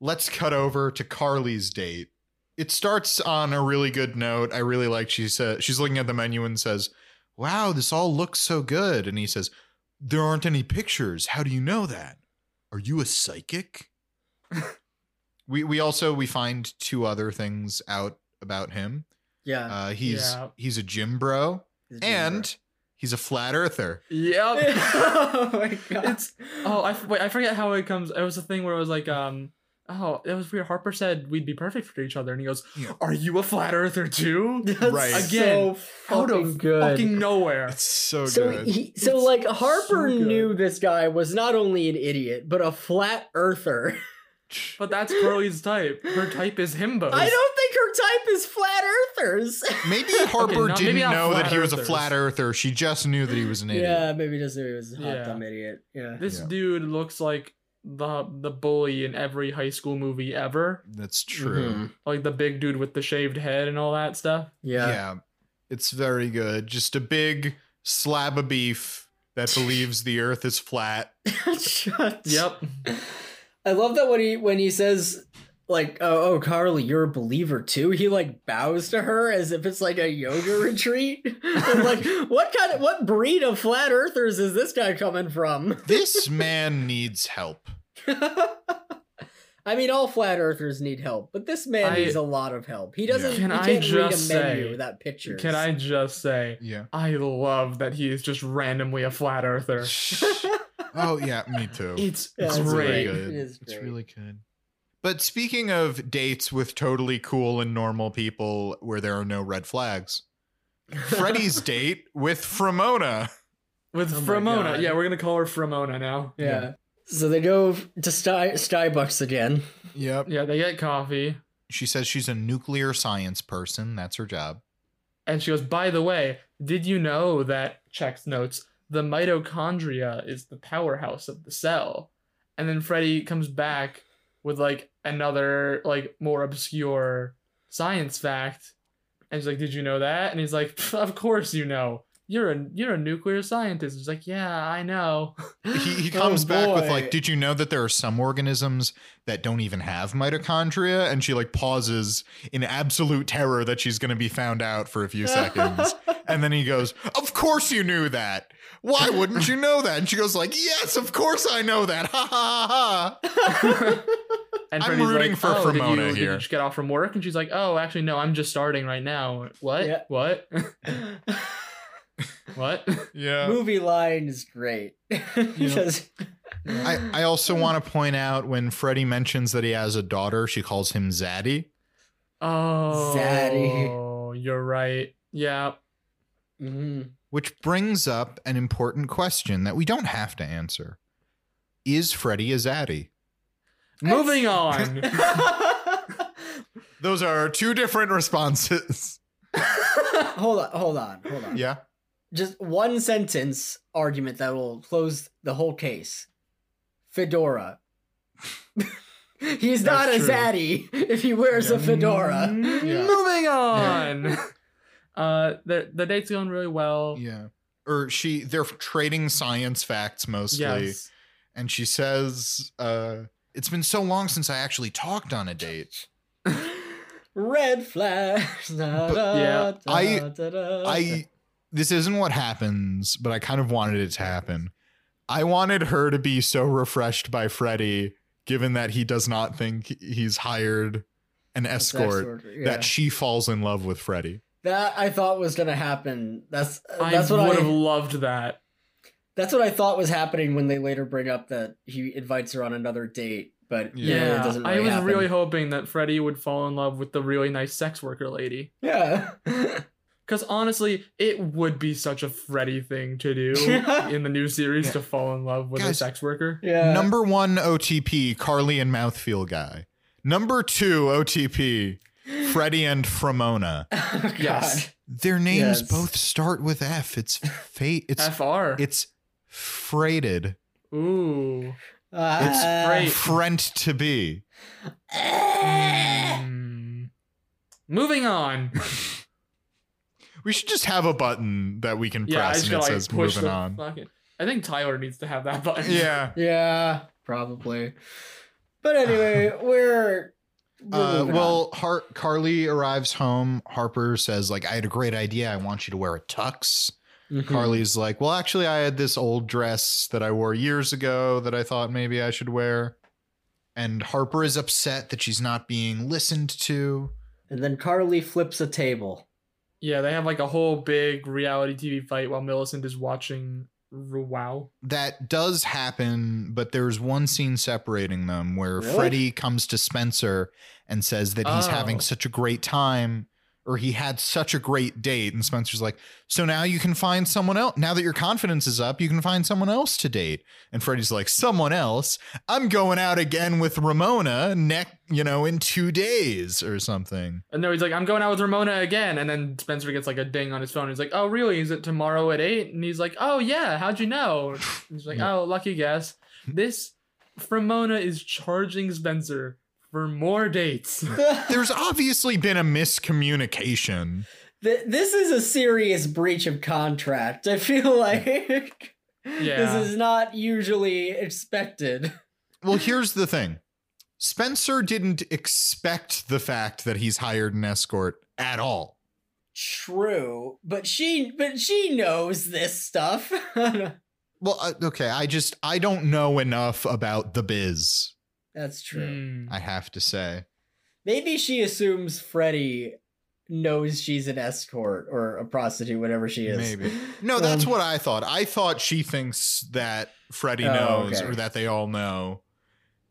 A: let's cut over to Carly's date. It starts on a really good note. I really like she says she's looking at the menu and says, "Wow, this all looks so good." And he says, "There aren't any pictures. How do you know that? Are you a psychic?" we we also we find two other things out about him.
B: Yeah.
A: Uh, he's
C: Yeah.
A: he's a gym bro
B: it's
A: and he's a flat earther.
B: Denver.
C: Yep.
B: oh my god.
C: It's- Oh, I f- wait. I forget how it comes. It was a thing where it was like, um, oh, it was weird. Harper said we'd be perfect for each other, and he goes,
A: Yeah.
C: "Are you a flat earther too?"
B: That's
A: right.
C: Again,
B: so
C: out of
B: fucking good.
C: Fucking nowhere.
A: It's so,
B: so
A: good.
B: he, so
C: It's
B: like
C: so
B: Harper
C: good.
B: knew this guy was not only an idiot but a flat earther.
C: But that's Curly's type. Her type is himbo.
B: I don't think her type is flat earthers.
A: Maybe Harper
C: not- maybe
A: didn't
C: not
A: know that
C: flat
A: he was a
C: earthers.
A: flat earther. She just knew that he was an idiot.
B: yeah, maybe just knew he was a hot
C: Yeah.
B: dumb idiot. Yeah.
C: This
A: Yeah.
C: dude looks like the the bully in every high school movie ever.
A: That's true.
B: Mhm.
C: Like the big dude with the shaved head and all that stuff.
A: Yeah.
B: Yeah.
A: It's very good. Just a big slab of beef that believes the earth is flat.
B: Shut.
C: Yep.
B: I love that when he when he says like oh, oh Carly you're a believer too he like bows to her as if it's like a yoga retreat I'm like what kind of what breed of flat earthers is this guy coming from
A: This man needs help.
B: I mean all flat earthers need help but this man
C: I-
B: needs a lot of help he doesn't
A: Yeah.
B: he
C: Can I
B: can't
C: just
B: read a menu
C: say-
B: without pictures
C: Can I just say,
A: Yeah.
C: I love that he is just randomly a flat earther.
A: oh yeah, me too.
C: It's
B: Yeah, it's
A: really
C: great.
B: really
A: good.
B: It is
A: It's
B: great.
A: really good. But speaking of dates with totally cool and normal people where there are no red flags, Freddy's date with Fremona.
C: With
B: Oh my
C: Framona.
B: God.
C: Yeah, we're gonna call her Framona now.
B: yeah. so they go to Sty- Starbucks again
A: Yep.
C: Yeah, they get coffee.
A: She says she's a nuclear science person. That's her job.
C: And she goes, By the way, did you know that, checks notes, the mitochondria is the powerhouse of the cell? And then Freddy comes back with like another, like more obscure science fact. And she's like, Did you know that? And he's like, "Pff, Of course you know. You're a you're a nuclear scientist. She's like, Yeah, I know.
A: He, he comes back with
B: Oh, boy.
A: like, did you know that there are some organisms that don't even have mitochondria? And she like pauses in absolute terror that she's going to be found out for a few seconds. and then he goes, of course you knew that. Why wouldn't you know that? And she goes like, yes, of course I know that. Ha ha ha ha.
C: And
A: I'm
C: Freddy's
A: rooting for
C: "Oh, did you-
A: Ramona
C: did you
A: here."
C: just get off from work? And she's like, Oh, actually, no, I'm just starting right now. What?
B: Yeah.
C: What? what?
A: Yeah.
B: movie line is great Because-
A: I, I also want to point out when Freddie mentions that he has a daughter, she calls him Zaddy.
C: Oh,
B: Zaddy.
C: You're right. Yeah.
B: Mhm.
A: Which brings up an important question that we don't have to answer. Is Freddy a zaddy?
C: Moving on.
A: Those are two different responses.
B: hold on, hold on, hold on.
A: Yeah.
B: Just one sentence argument that will close the whole case. Fedora. He's not
C: That's
B: a
C: true. Mm-hmm.
B: zaddy if he wears a fedora.
A: Yeah.
C: Moving on. Uh, the the date's going really well.
A: Yeah. Or she they're trading science facts mostly.
C: Yes.
A: And she says, uh, it's been so long since I actually talked on a date.
B: Red flag. Da, da,
C: yeah,
B: da,
A: I-
B: da, da.
A: I this isn't what happens, but I kind of wanted it to happen. I wanted her to be so refreshed by Freddy, given that he does not think he's hired an escort
B: yeah.
A: that she falls in love with Freddy.
B: that I thought was gonna happen. That's
C: I
B: Uh, that's what
C: would have
B: I
C: loved that.
B: that's what I thought was happening when they later bring up that he invites her on another date, but
A: Yeah,
C: Yeah,
B: it really doesn't
C: I was
B: happen.
C: really hoping that Freddy would fall in love with the really nice sex worker lady.
B: yeah.
C: Because honestly, it would be such a Freddy thing to do in the new series
A: Yeah.
C: to fall in love with a
A: Guys,
C: sex worker.
B: yeah.
A: Number one OTP, Carly and Mouthfeel Guy. Number two OTP, Freddy and Fremona.
B: Oh, God.
C: Yes.
A: Their names
B: Yes.
A: both start with F. It's fate. It's
C: FR.
A: it's freighted.
C: Ooh.
A: It's
B: Ah.
C: great.
A: Friend to be.
B: Ah.
C: Mm. Moving on.
A: We should just have a button that we can
C: Yeah, I
A: press
C: just
A: and it
C: gotta like
A: says
C: push
A: moving
C: the
A: on.
C: fucking. I think Tyler needs to have that button.
A: Yeah.
B: Yeah, probably. But anyway, we're, we're
A: Uh,
B: moving on.
A: well, Har- Carly arrives home. Harper says, "Like, I had a great idea. I want you to wear a tux."
B: Mhm.
C: Mm-hmm.
A: Carly's like, "Well, actually, I had this old dress that I wore years ago that I thought maybe I should wear." And Harper is upset that she's not being listened to.
B: and then Carly flips a table.
C: Yeah, they have like a whole big reality TV fight while Millicent is watching R- Wow.
A: That does happen, but there's one scene separating them where
B: Really?
A: Freddy comes to Spencer and says that he's
C: Oh.
A: having such a great time or he had such a great date. And Spencer's like, So now you can find someone else. Now that your confidence is up, you can find someone else to date. And Freddy's like, Someone else? I'm going out again with Ramona neck, you know, in two days or something.
C: And then he's like, I'm going out with Ramona again. And then Spencer gets like a ding on his phone. He's like, Oh, really? Is it tomorrow at eight? And he's like, Oh, yeah. How'd you know? And he's like, Oh, lucky guess. This Ramona is charging Spencer for more dates.
B: Th-
A: There's obviously been a miscommunication.
B: this is a serious breach of contract. I feel like
C: Yeah.
B: this is not usually expected.
A: Well, here's the thing. Spencer didn't expect the fact that he's hired an escort at all.
B: True, but she but she knows this stuff.
A: Well, uh, okay, I just I don't know enough about the biz,
B: That's true.
C: Mm.
A: I have to say.
B: Maybe she assumes Freddy knows she's an escort or a prostitute, whatever she is.
A: Maybe. No, that's
B: Um,
A: what I thought. I thought she thinks that Freddie
B: Oh,
A: knows
B: okay.
A: or that they all know.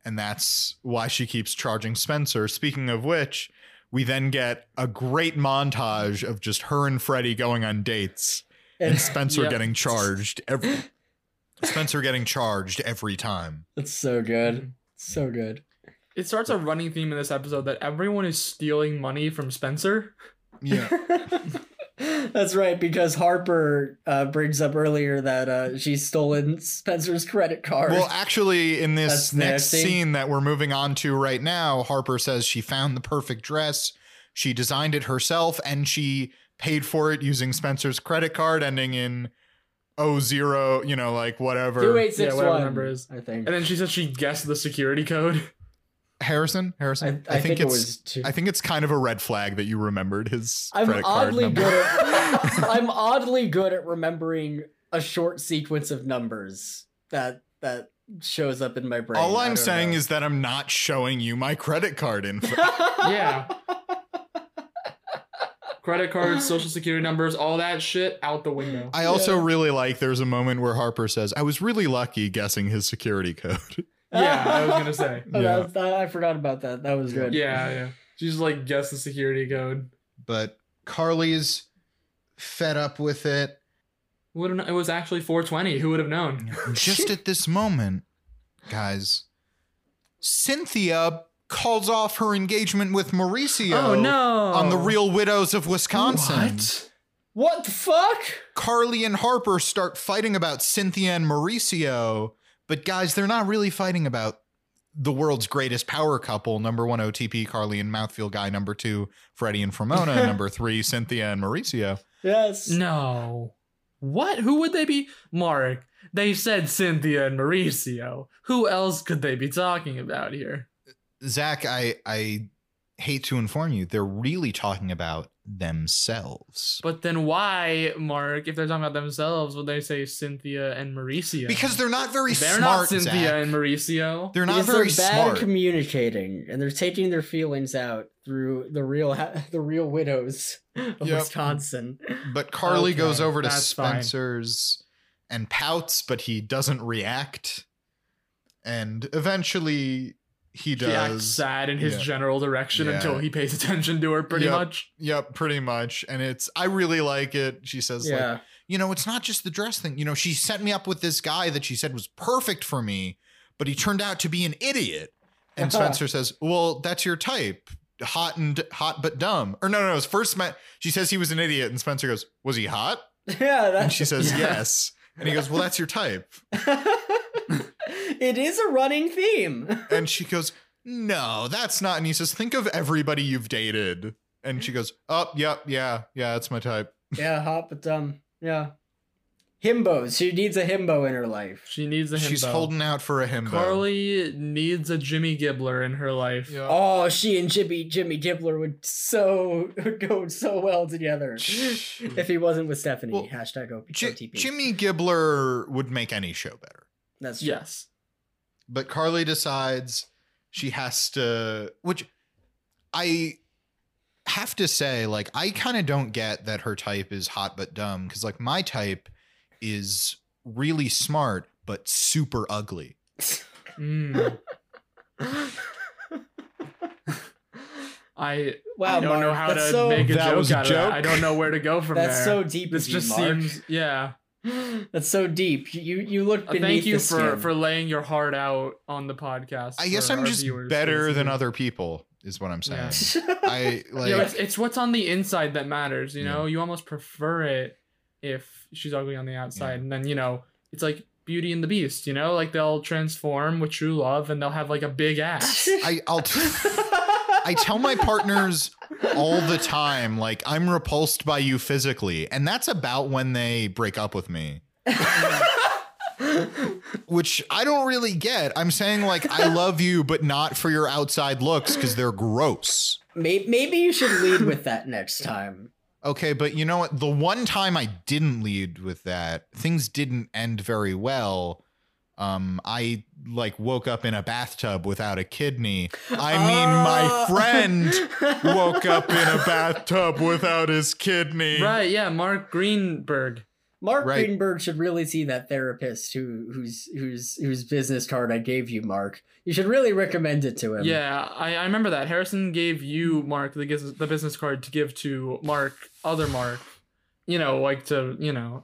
A: And that's why she keeps charging Spencer. Speaking of which, we then get a great montage of just her and Freddie going on dates. and Spencer
C: Yeah.
A: getting charged every Spencer getting charged every time.
B: That's so good. So good.
C: It starts a running theme in this episode that everyone is stealing money from Spencer.
A: Yeah.
B: That's right, because Harper uh, brings up earlier that uh, she's stolen Spencer's credit card.
A: Well, actually, in this
B: That's
A: next
B: nasty.
A: scene that we're moving on to right now, Harper says she found the perfect dress. She designed it herself and she paid for it using Spencer's credit card ending in oh zero, you know, like whatever.
B: Two eight six
C: Yeah,
B: one.
C: whatever number is.
B: I
C: And
B: think.
C: then she said she guessed the security code.
A: Harrison?
B: I, I,
A: Harrison?
B: think, it
A: it's
B: was two.
A: I think it's kind of a red flag that you remembered his
B: I'm
A: credit card
B: oddly
A: number.
B: good. At, I'm oddly good at remembering a short sequence of numbers that that shows up in my brain.
A: All
B: I
A: I'm
B: don't
A: saying
B: know.
A: is that I'm not showing you my credit card info.
C: yeah. Credit cards, social security numbers, all that shit out the window.
A: I also
B: Yeah.
A: really like there's a moment where Harper says, I was really lucky guessing his security code.
C: yeah, I was gonna say.
B: Oh,
A: Yeah.
B: that was, that, I forgot about that. That was good.
C: Yeah, yeah. She's like guess the security code.
A: But Carly's fed up with it.
C: Would it was actually 420. Who would have known?
A: Just at this moment, guys, Cynthia calls off her engagement with Mauricio
C: oh no!
A: on the Real Widows of Wisconsin.
C: What?
B: What the fuck?
A: Carly and Harper start fighting about Cynthia and Mauricio, but guys, they're not really fighting about the world's greatest power couple, number one OTP, Carly and Mouthfeel Guy, number two, Freddie and Fremona, number three, Cynthia and Mauricio.
B: Yes.
C: No. What? Who would they be? Mark. They said Cynthia and Mauricio. Who else could they be talking about here?
A: Zach, I I hate to inform you, they're really talking about themselves.
C: But then why, Mark, if they're talking about themselves, would they say Cynthia and Mauricio?
A: Because they're not very
C: they're not
A: smart.
C: Cynthia
A: Zach.
C: and Mauricio.
A: They're not
B: Because
A: very
B: they're bad
A: smart.
B: at communicating, and they're taking their feelings out through the real ha- the real widows of
A: Yep.
B: Wisconsin.
A: but Carly
C: Okay,
A: goes over to
C: that's fine.
A: Spencer's and pouts, but he doesn't react. And eventually he
C: He acts
A: does.
C: sad in his
A: Yeah.
C: general direction
A: Yeah.
C: until he pays attention to her, pretty
A: Yep.
C: much.
A: Yep, pretty much. And it's I really like it. She says like,
B: yeah,
A: you know, it's not just the dress thing. You know, she set me up with this guy that she said was perfect for me, but he turned out to be an idiot. And
C: Uh-huh.
A: Spencer says, "Well, that's your type, hot and hot but dumb." Or no, no, no. First met, she says he was an idiot, and Spencer goes, "Was he hot?"
B: yeah,
A: And
B: that's
A: she says,
C: Yeah.
A: "Yes." And he goes, "Well, that's your type."
B: it is a running theme.
A: And she goes, "No, that's not." And he says, "Think of everybody you've dated." And she goes, "Oh, yep, yeah, yeah, that's my type."
B: yeah, hot but dumb. Yeah, himbos. She needs a himbo in her life.
C: She needs a himbo.
A: She's holding out for a himbo.
C: Carly needs a Jimmy Gibbler in her life.
A: Yeah.
B: Oh, she and Jimmy Jimmy Gibbler would so would go so well together. If he wasn't with Stephanie,
A: Well,
B: hashtag OP,
A: Ji-
B: OTP.
A: Jimmy Gibbler would make any show better.
B: That's true.
C: Yes.
A: But Carly decides she has to, which I have to say, like, I kind of don't get that her type is hot but dumb because, like, my type is really smart but super ugly.
C: Mm. I
B: Wow,
C: I don't
B: Mark,
C: know how
B: that's
C: to
B: so,
C: make a
A: That
C: joke
A: was a
C: out of that.
A: joke?
C: I don't know where to go from
B: That's
C: there.
B: so deep.
C: this
B: of you,
C: just
B: Mark.
C: seems yeah. Uh,
B: that's so deep. You you look beneath
C: Thank you
B: the
C: for
B: skin.
C: for laying your heart out on the podcast.
A: I guess
C: for
A: I'm
C: our
A: just
C: viewers to
A: better than
C: listen.
A: other people, is what I'm saying.
C: Yeah.
A: I like,
C: yeah, it's, it's what's on the inside that matters. You
A: Yeah.
C: know, you almost prefer it if she's ugly on the outside, and then you know it's like Beauty and the Beast. You know, like they'll transform with true love, and they'll have like a big ass.
A: I, I'll. T- I tell my partners all the time, like, I'm repulsed by you physically. And that's about when they break up with me, which I don't really get. I'm saying, like, I love you, but not for your outside looks because they're gross.
B: May- Maybe you should lead with that next time.
A: Okay, but you know what? The one time I didn't lead with that, things didn't end very well. Um, I like woke up in a bathtub without a kidney. I mean, my
B: Oh.
A: friend woke up in a bathtub without his kidney.
C: right? Yeah, Mark Greenberg.
B: Mark
A: Right.
B: Greenberg should really see that therapist who whose whose whose business card I gave you, Mark. You should really recommend it to him.
C: Yeah, I, I remember that. Harrison gave you Mark the business, the business card to give to Mark, other Mark. You know, like to you know,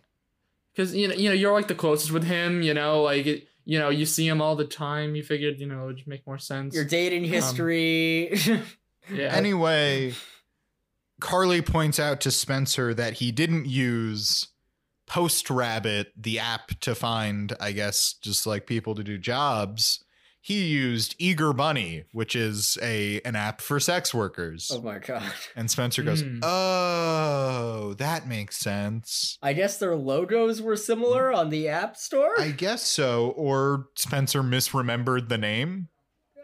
C: because you know you know you're like the closest with him. You know, like it, you know you see him all the time. You figured you know it would just make more sense.
B: Your dating history.
C: yeah.
A: Anyway, Carly points out to Spencer that he didn't use Post Rabbit, the app to find, I guess, just like people to do jobs. He used Eager Bunny, which is a an app for sex workers.
B: oh my god.
A: And Spencer goes,
C: Mm.
A: "Oh, that makes sense."
B: I guess their logos were similar on the App Store.
A: I guess so. Or Spencer misremembered the name.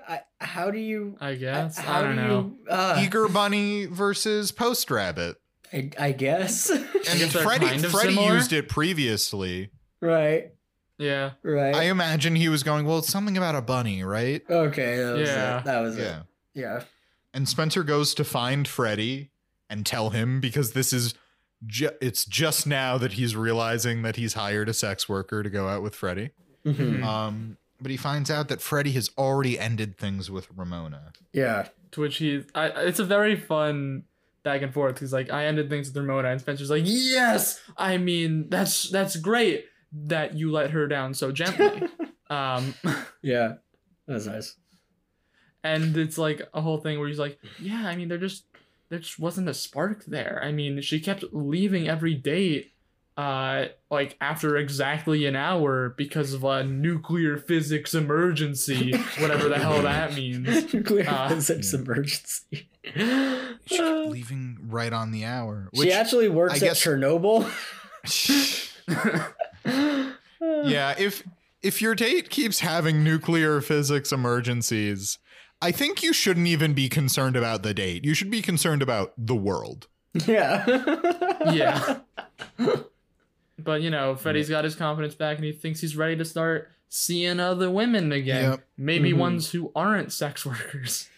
B: I, how do you?
C: I guess
B: I-
C: I,
B: how
C: don't
B: do
C: know.
B: You, uh,
A: Eager Bunny versus Post Rabbit.
B: I, I guess.
A: And
C: guess they're
A: Freddie,
C: kind of
A: Freddie
C: similar.
A: used it previously.
B: right.
C: Yeah,
B: Right.
A: I imagine he was going, well, it's something about a bunny, right?
B: okay. That was
C: Yeah.
B: it. That was
A: Yeah.
B: it. Yeah.
A: And Spencer goes to find Freddy and tell him because this is ju- it's just now that he's realizing that he's hired a sex worker to go out with Freddy.
C: Mm-hmm.
B: Mhm.
A: Um, but he finds out that Freddy has already ended things with Ramona.
B: Yeah.
C: to which he, I, it's a very fun back and forth. He's like, I ended things with Ramona, and Spencer's like, yes. I mean, that's that's great that you let her down so gently. um,
B: Yeah. That was nice.
C: and it's like a whole thing where he's like yeah i mean there just there just wasn't a spark there i mean she kept leaving every date uh like after exactly an hour because of a nuclear physics emergency whatever the hell that means
B: Nuclear
C: Ah.
B: physics
A: Yeah.
B: emergency.
A: She kept leaving right on the hour.
B: Uh. she actually works
A: I
B: at
A: guess-
B: Chernobyl.
A: yeah, if if your date keeps having nuclear physics emergencies, I think you shouldn't even be concerned about the date. You should be concerned about the world.
B: Yeah.
C: Yeah. But you know, Freddy's got his confidence back and he thinks he's ready to start seeing other women again.
A: Yep. Mm-hmm.
C: Maybe
B: Mhm.
C: ones who aren't sex workers.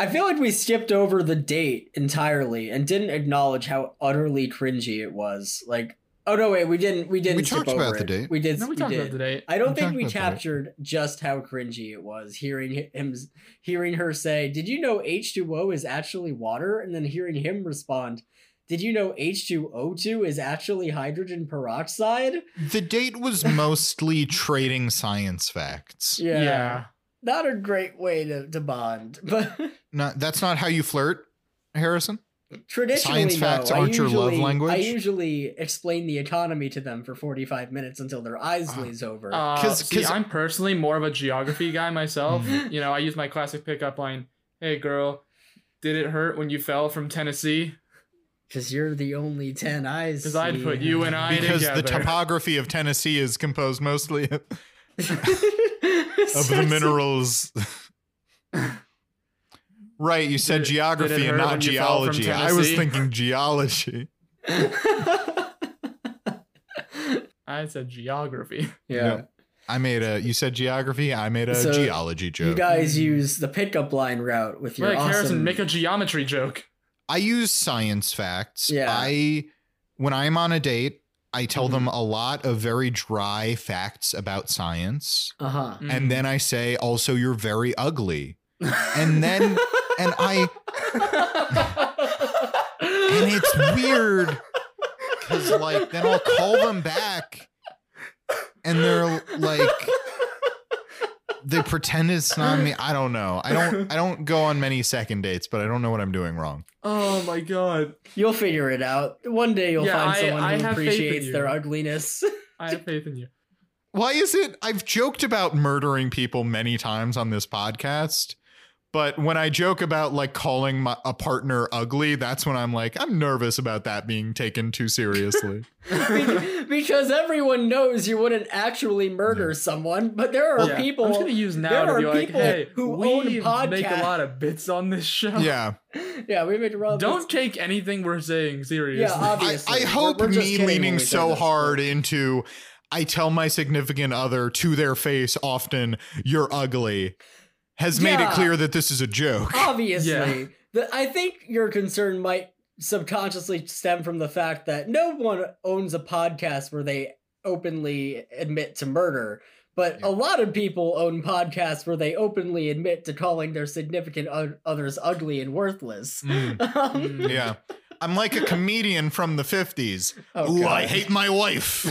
B: I feel like we skipped over the date entirely and didn't acknowledge how utterly cringy it was. Like, oh no, wait, we didn't. We didn't.
A: We
B: skip
A: talked about
B: over
A: the
B: it.
A: date.
B: We did.
C: No, we
B: we
C: talked
B: did.
C: about today.
B: I don't
A: We
B: think
A: talked
B: we
A: about the date.
B: captured just how cringy it was hearing him, hearing her say, "Did you know H2O is actually water?" and then hearing him respond, "Did you know H2O2 is actually hydrogen peroxide?"
A: The date was mostly trading science facts.
C: Yeah.
B: not a great way to, to bond, but
A: Not, that's not how you flirt, Harrison.
B: traditionally,
A: Science facts
B: no, I
A: aren't your love
B: usually-
A: language?
B: I usually explain the economy to them for forty-five minutes until their eyes
A: Ah.
B: glaze over.
C: Uh,
A: 'Cause-
C: see,
A: 'cause-
C: I'm personally more of a geography guy myself.
A: Mhm.
C: you know, I use my classic pickup line. Hey, girl, did it hurt when you fell from Tennessee?
B: Because you're the only ten eyes.
C: Because I'd put you and I
A: Because
C: together.
A: the topography of Tennessee is composed mostly of
B: of
A: the minerals. right, you said
C: Did it- did
A: geography and
C: it hurt
A: not
C: when you fell from
A: geology. I was
C: Tennessee?
A: thinking geology.
C: I said geography.
B: yeah.
A: I made a. You said geography. I made a
B: So,
A: geology joke.
B: You guys use the pickup line route with your
C: Like
B: awesome.
C: Harrison, make a geometry joke.
A: I use science facts.
B: Yeah.
A: I when I'm on a date, I tell
C: Mm-hmm.
B: Mhm.
A: them a lot of very dry facts about science.
B: uh huh.
C: Mm. Mm-hmm.
A: And then I say, also you're very ugly. And then and I and it's weird because like then I'll call them back and they're like they pretend it's not me. I don't know. I don't I don't go on many second dates, but I don't know what I'm doing wrong.
C: oh my god.
B: You'll figure it out. One day you'll
C: Yeah,
B: find
C: I-
B: someone
C: I
B: who
C: have faith in
B: appreciates
C: you.
B: their ugliness.
C: I have faith in you.
A: Why is it? I've joked about murdering people many times on this podcast, but when I joke about like calling my, a partner ugly, that's when I'm like, I'm nervous about that being taken too seriously.
B: Be- because everyone knows you wouldn't actually murder someone, but there are
C: Yeah. I'm just
B: people.
C: gonna use now
B: there
C: to
B: are
C: be like,
B: people
C: hey,
B: who
C: we
B: own
C: make
B: podcasts.
C: a lot of bits on this show.
A: yeah.
B: Yeah, we make a relevant.
C: Don't take anything we're saying seriously.
B: Yeah,
A: I,
B: obviously.
A: I
B: We're-
A: hope
B: we're just
A: me
B: kidding when
A: leaning
B: we say
A: so
B: this, but-
A: hard into I tell my significant other to their face often, you're ugly, has made it
B: Yeah.
A: clear that this is a joke.
B: obviously
C: Yeah.
B: the, i think your concern might subconsciously stem from the fact that no one owns a podcast where they openly admit to murder but
A: Yeah.
B: a lot of people own podcasts where they openly admit to calling their significant o- others ugly and worthless
A: Mm,
B: Um,
C: Mm.
A: yeah. I'm like a comedian from the 50s.
B: oh
A: Ooh, I
B: God.
A: hate my wife.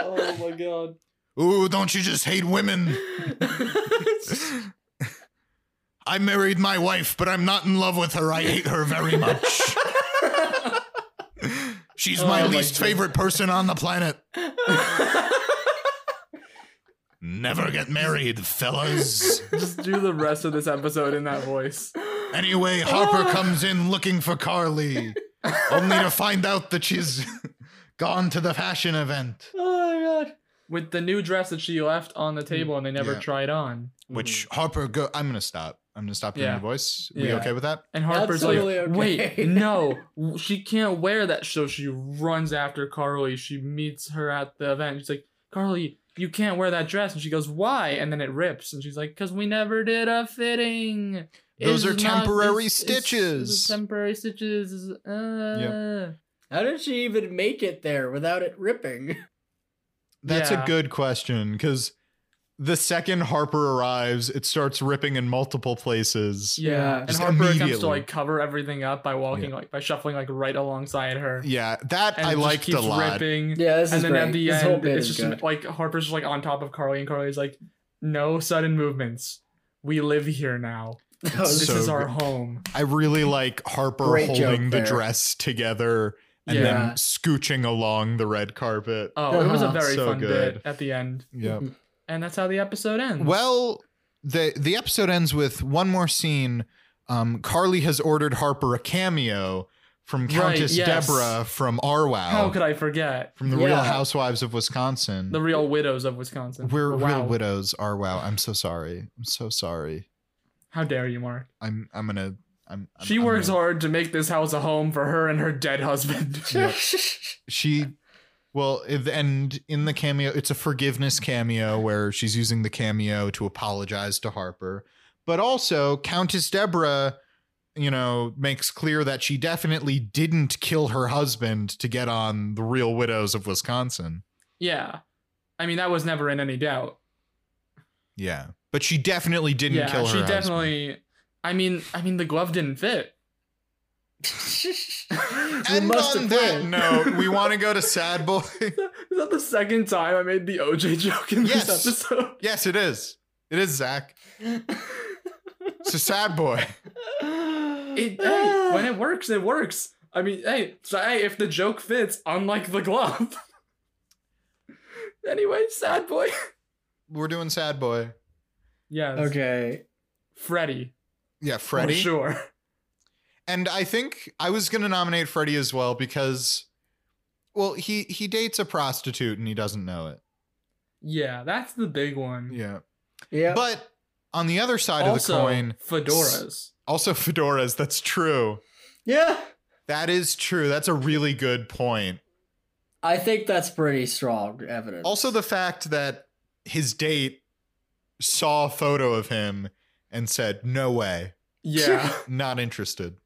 C: Oh my god.
A: Ooh, don't you just hate women? I married my wife, but I'm not in love with her. I hate her very much. She's my
C: Oh my
A: least
C: God.
A: favorite person on the planet. Never get married, fellas.
C: Just do the rest of this episode in that voice.
A: Anyway,
B: Oh.
A: Harper comes in looking for Carly, only to find out that she's gone to the fashion event.
B: oh my god
C: With the new dress that she left on the table and they never
A: Yeah.
C: tried on. Mm-hmm.
A: Which Harper go I'm gonna stop. I'm gonna stop doing
C: Yeah.
A: the voice. We
C: Yeah.
A: okay with that?
C: And Harper's
B: Absolutely
C: like,
B: okay.
C: wait, no, w- she can't wear that. So she runs after Carly. She meets her at the event. She's like, Carly, you can't wear that dress. And she goes, why? And then it rips. And she's like, because we never did a fitting.
A: Those are
C: not-
A: temporary
C: it's- it's- it's
A: stitches."
C: temporary stitches. Uh.
B: how did she even make it there without it ripping
A: That's
C: Yeah.
A: a good question because the second Harper arrives, it starts ripping in multiple places.
C: Yeah.
B: Yeah.
C: And
A: Just
C: Harper comes to
A: immediately.
C: like cover everything up by walking, like by shuffling like right alongside her.
A: Yeah, that
C: And
A: I
C: it just
A: liked
C: keeps
A: a lot.
C: Ripping.
B: yeah this
C: and
B: is
C: then
B: great.
C: at the
B: this whole
C: end,
B: bit
C: it's
B: is
C: just
B: good.
C: like Harper's just like on top of Carly, and Carly's like, "No sudden movements. We live here now.
B: Oh, this
C: This
A: So
C: is our
A: good.
C: home."
A: I really like Harper
B: Great joke
A: holding the
B: there.
A: dress together and
C: Yeah.
A: then scooching along the red carpet.
C: Oh, it was a
B: Uh-huh.
C: very
A: So
C: fun
A: good.
C: bit at the end,
A: Yeah.
C: and that's how the episode ends.
A: Well, the the episode ends with one more scene. Um, Carly has ordered Harper a cameo from
C: Right,
A: Countess
C: yes.
A: Deborah from Arwow
C: how could I forget
A: from the Real
B: Yeah.
A: Housewives of Wisconsin.
C: the real widows of Wisconsin?
A: We're
C: Or
A: real
C: wow.
A: widows. Arwow. I'm so sorry. I'm so sorry.
C: How dare you, Mark?
A: I'm I'm gonna I'm, I'm
C: she
A: I'm
C: works
A: gonna-
C: hard to make this house a home for her and her dead husband.
A: Yep. She, well, if- and in the cameo, it's a forgiveness cameo where she's using the cameo to apologize to Harper, but also Countess Deborah, you know, makes clear that she definitely didn't kill her husband to get on the Real Widows of Wisconsin.
C: yeah. I mean, that was never in any doubt.
A: Yeah, but she definitely didn't
C: yeah,
A: kill her.
C: she
A: husband.
C: definitely. I mean, I mean, the glove didn't fit.
B: you
A: And
B: must
A: on
B: have
A: that
B: quit.
A: note, we want to go to Sad Boy.
C: Is that the second time I made the OJ joke in
A: Yes.
C: this episode?
A: yes, it is. It is Zach. It's a sad boy.
C: It,
B: Ah.
C: hey, when it works, it works. I mean, hey, so, hey, if the joke fits, unlike the glove. anyway, sad boy.
A: We're doing Sad Boy.
C: Yeah.
B: okay.
C: Freddy.
A: Yeah,
C: for
A: Freddy.
C: sure.
A: And I think I was gonna nominate Freddy as well because, well, he he dates a prostitute and he doesn't know it.
C: Yeah, that's the big one.
A: Yeah.
B: Yeah.
A: But on the other side
C: also,
A: of the coin,
C: fedoras.
A: also fedoras. That's true.
B: yeah.
A: That is true. That's a really good point.
B: I think that's pretty strong evidence.
A: Also, the fact that his date saw a photo of him and said, "No way,
C: Yeah.
A: not interested."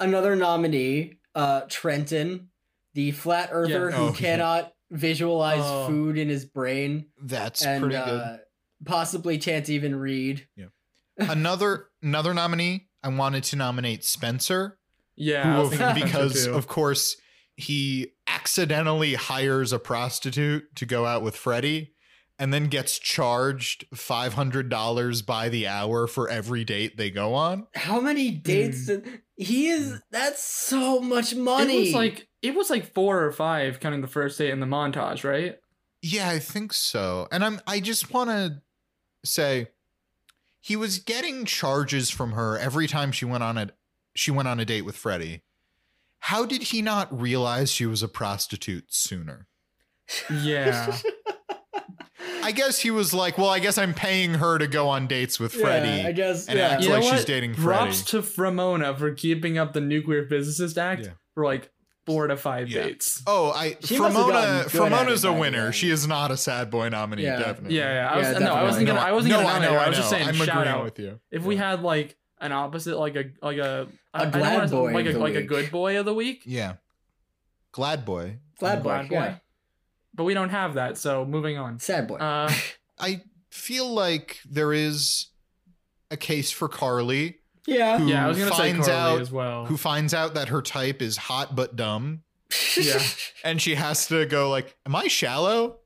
B: another nominee, uh, Trenton, the flat earther
C: Yeah.
B: who
A: Oh, yeah.
B: cannot visualize
C: Oh.
B: food in his brain
A: That's
B: and
A: pretty good.
B: uh, possibly can't even read.
A: another another nominee. I wanted to nominate Spencer.
C: yeah.
A: who
C: I was
A: of-
C: thinking
A: because
C: so too.
A: of course he accidentally hires a prostitute to go out with Freddie and then gets charged $500 by the hour for every date they go on.
B: How many dates did he is? That's so much
C: It
B: money.
C: was like it was like four or five counting the first date in the montage, right?
A: Yeah, I think so. And I'm I just want to say he was getting charges from her every time she went on a she went on a date with Freddie. How did he not realize she was a prostitute sooner?
C: Yeah.
A: I guess he was like, well, I guess I'm paying her to go on dates with Freddie.
B: Yeah, I guess.
A: and
B: yeah.
A: acts
C: You know
A: like she's
C: what?
A: dating Freddie.
C: Props to Fremona for keeping up the nuclear physicist act
A: Yeah.
C: for like four to five
A: Yeah.
C: dates.
A: Oh, I
B: She must have
A: Fremona
B: gotten good at
A: Fremona's
B: it
A: a
B: by
A: winner.
B: then.
A: She is not a sad boy nominee,
B: Yeah.
A: definitely.
C: Yeah, yeah. I
B: Yeah,
C: was, no, I wasn't
B: definitely.
C: gonna. I wasn't
A: no,
C: gonna.
A: I
C: nominate
A: know,
C: her.
A: I,
C: I was
A: know.
C: just saying.
A: I'm
C: shout
A: agreeing
C: out.
A: with you.
C: If we
A: Yeah.
C: had like an opposite, like a like a
B: A
C: I- I don't
B: glad
C: wanna-
B: boy
C: like
B: of
C: a
B: the
C: like a
B: week.
C: good boy of the week,
A: yeah, Glad Boy.
B: Glad boy.
C: Glad boy.
B: Yeah.
C: but we don't have that. So moving on.
B: Sad boy.
C: Uh,
A: I feel like there is a case for Carly,
B: yeah.
A: who
C: yeah, I was gonna say
A: finds
C: Carly
A: out
C: as well.
A: who finds out that her type is hot but dumb,
C: yeah.
A: and she has to go like, "Am I shallow?"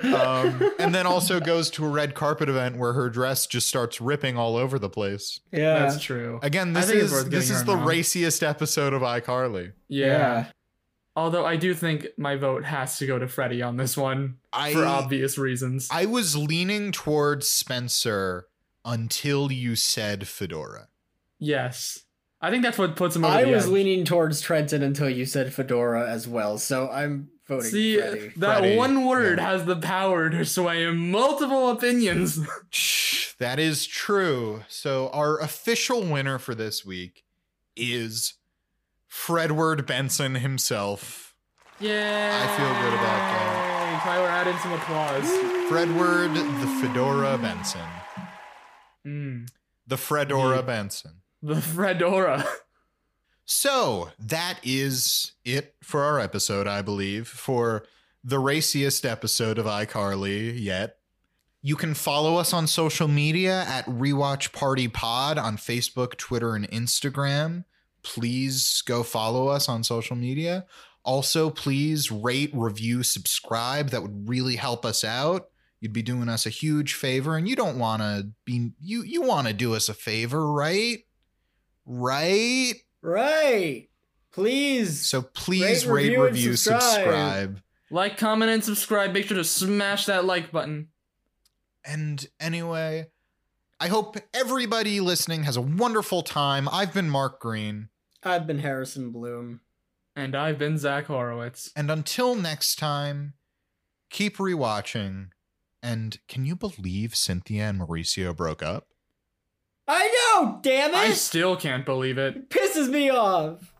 A: um, and then also goes to a red carpet event where her dress just starts ripping all over the place.
B: yeah.
C: That's true.
A: Again,
C: I
A: this
C: think
A: is
C: it's worth
A: this
C: getting
A: is
C: her
A: the
C: nom.
A: raciest episode of iCarly.
C: Yeah. Although I do think my vote has to go to Freddie on this one for
A: I
C: obvious reasons.
A: I was leaning towards Spencer until you said Fedora.
C: yes. I think that's what puts him over
B: I
C: the
B: was
C: edge.
B: leaning towards Trenton until you said Fedora as well, so I'm voting
C: See, uh,
B: Freddy.
C: that
A: Freddie,
C: one word
A: yeah.
C: has the power to sway multiple opinions.
A: Shh, That is true. So our official winner for this week is Fredward Benson himself.
C: yeah.
A: I feel good about that.
C: Tyler, add in some applause.
A: Fredward the Fedora Benson.
C: Mm,
A: The Fredora
C: Yeah.
A: Benson.
C: the Fredora.
A: So that is it for our episode, I believe, for the raciest episode of iCarly yet. You can follow us on social media at Rewatch Party Pod on Facebook, Twitter, and Instagram. Please go follow us on social media. Also, please rate, review, subscribe. That would really help us out. You'd be doing us a huge favor, and you don't want to be you. You want to do us a favor, right? Right.
B: Right. Please.
A: So please
B: Rate,
A: rate,
B: review, and
A: review, subscribe.
B: subscribe.
C: Like, comment, and subscribe. Make sure to smash that like button.
A: And anyway, I hope everybody listening has a wonderful time. I've been Mark Green,
B: I've been Harrison Bloom.
C: And I've been Zach Horowitz.
A: and until next time, keep rewatching. And can you believe Cynthia and Mauricio broke up?
B: I know, damn it!
C: I still can't believe it.
B: pisses me off.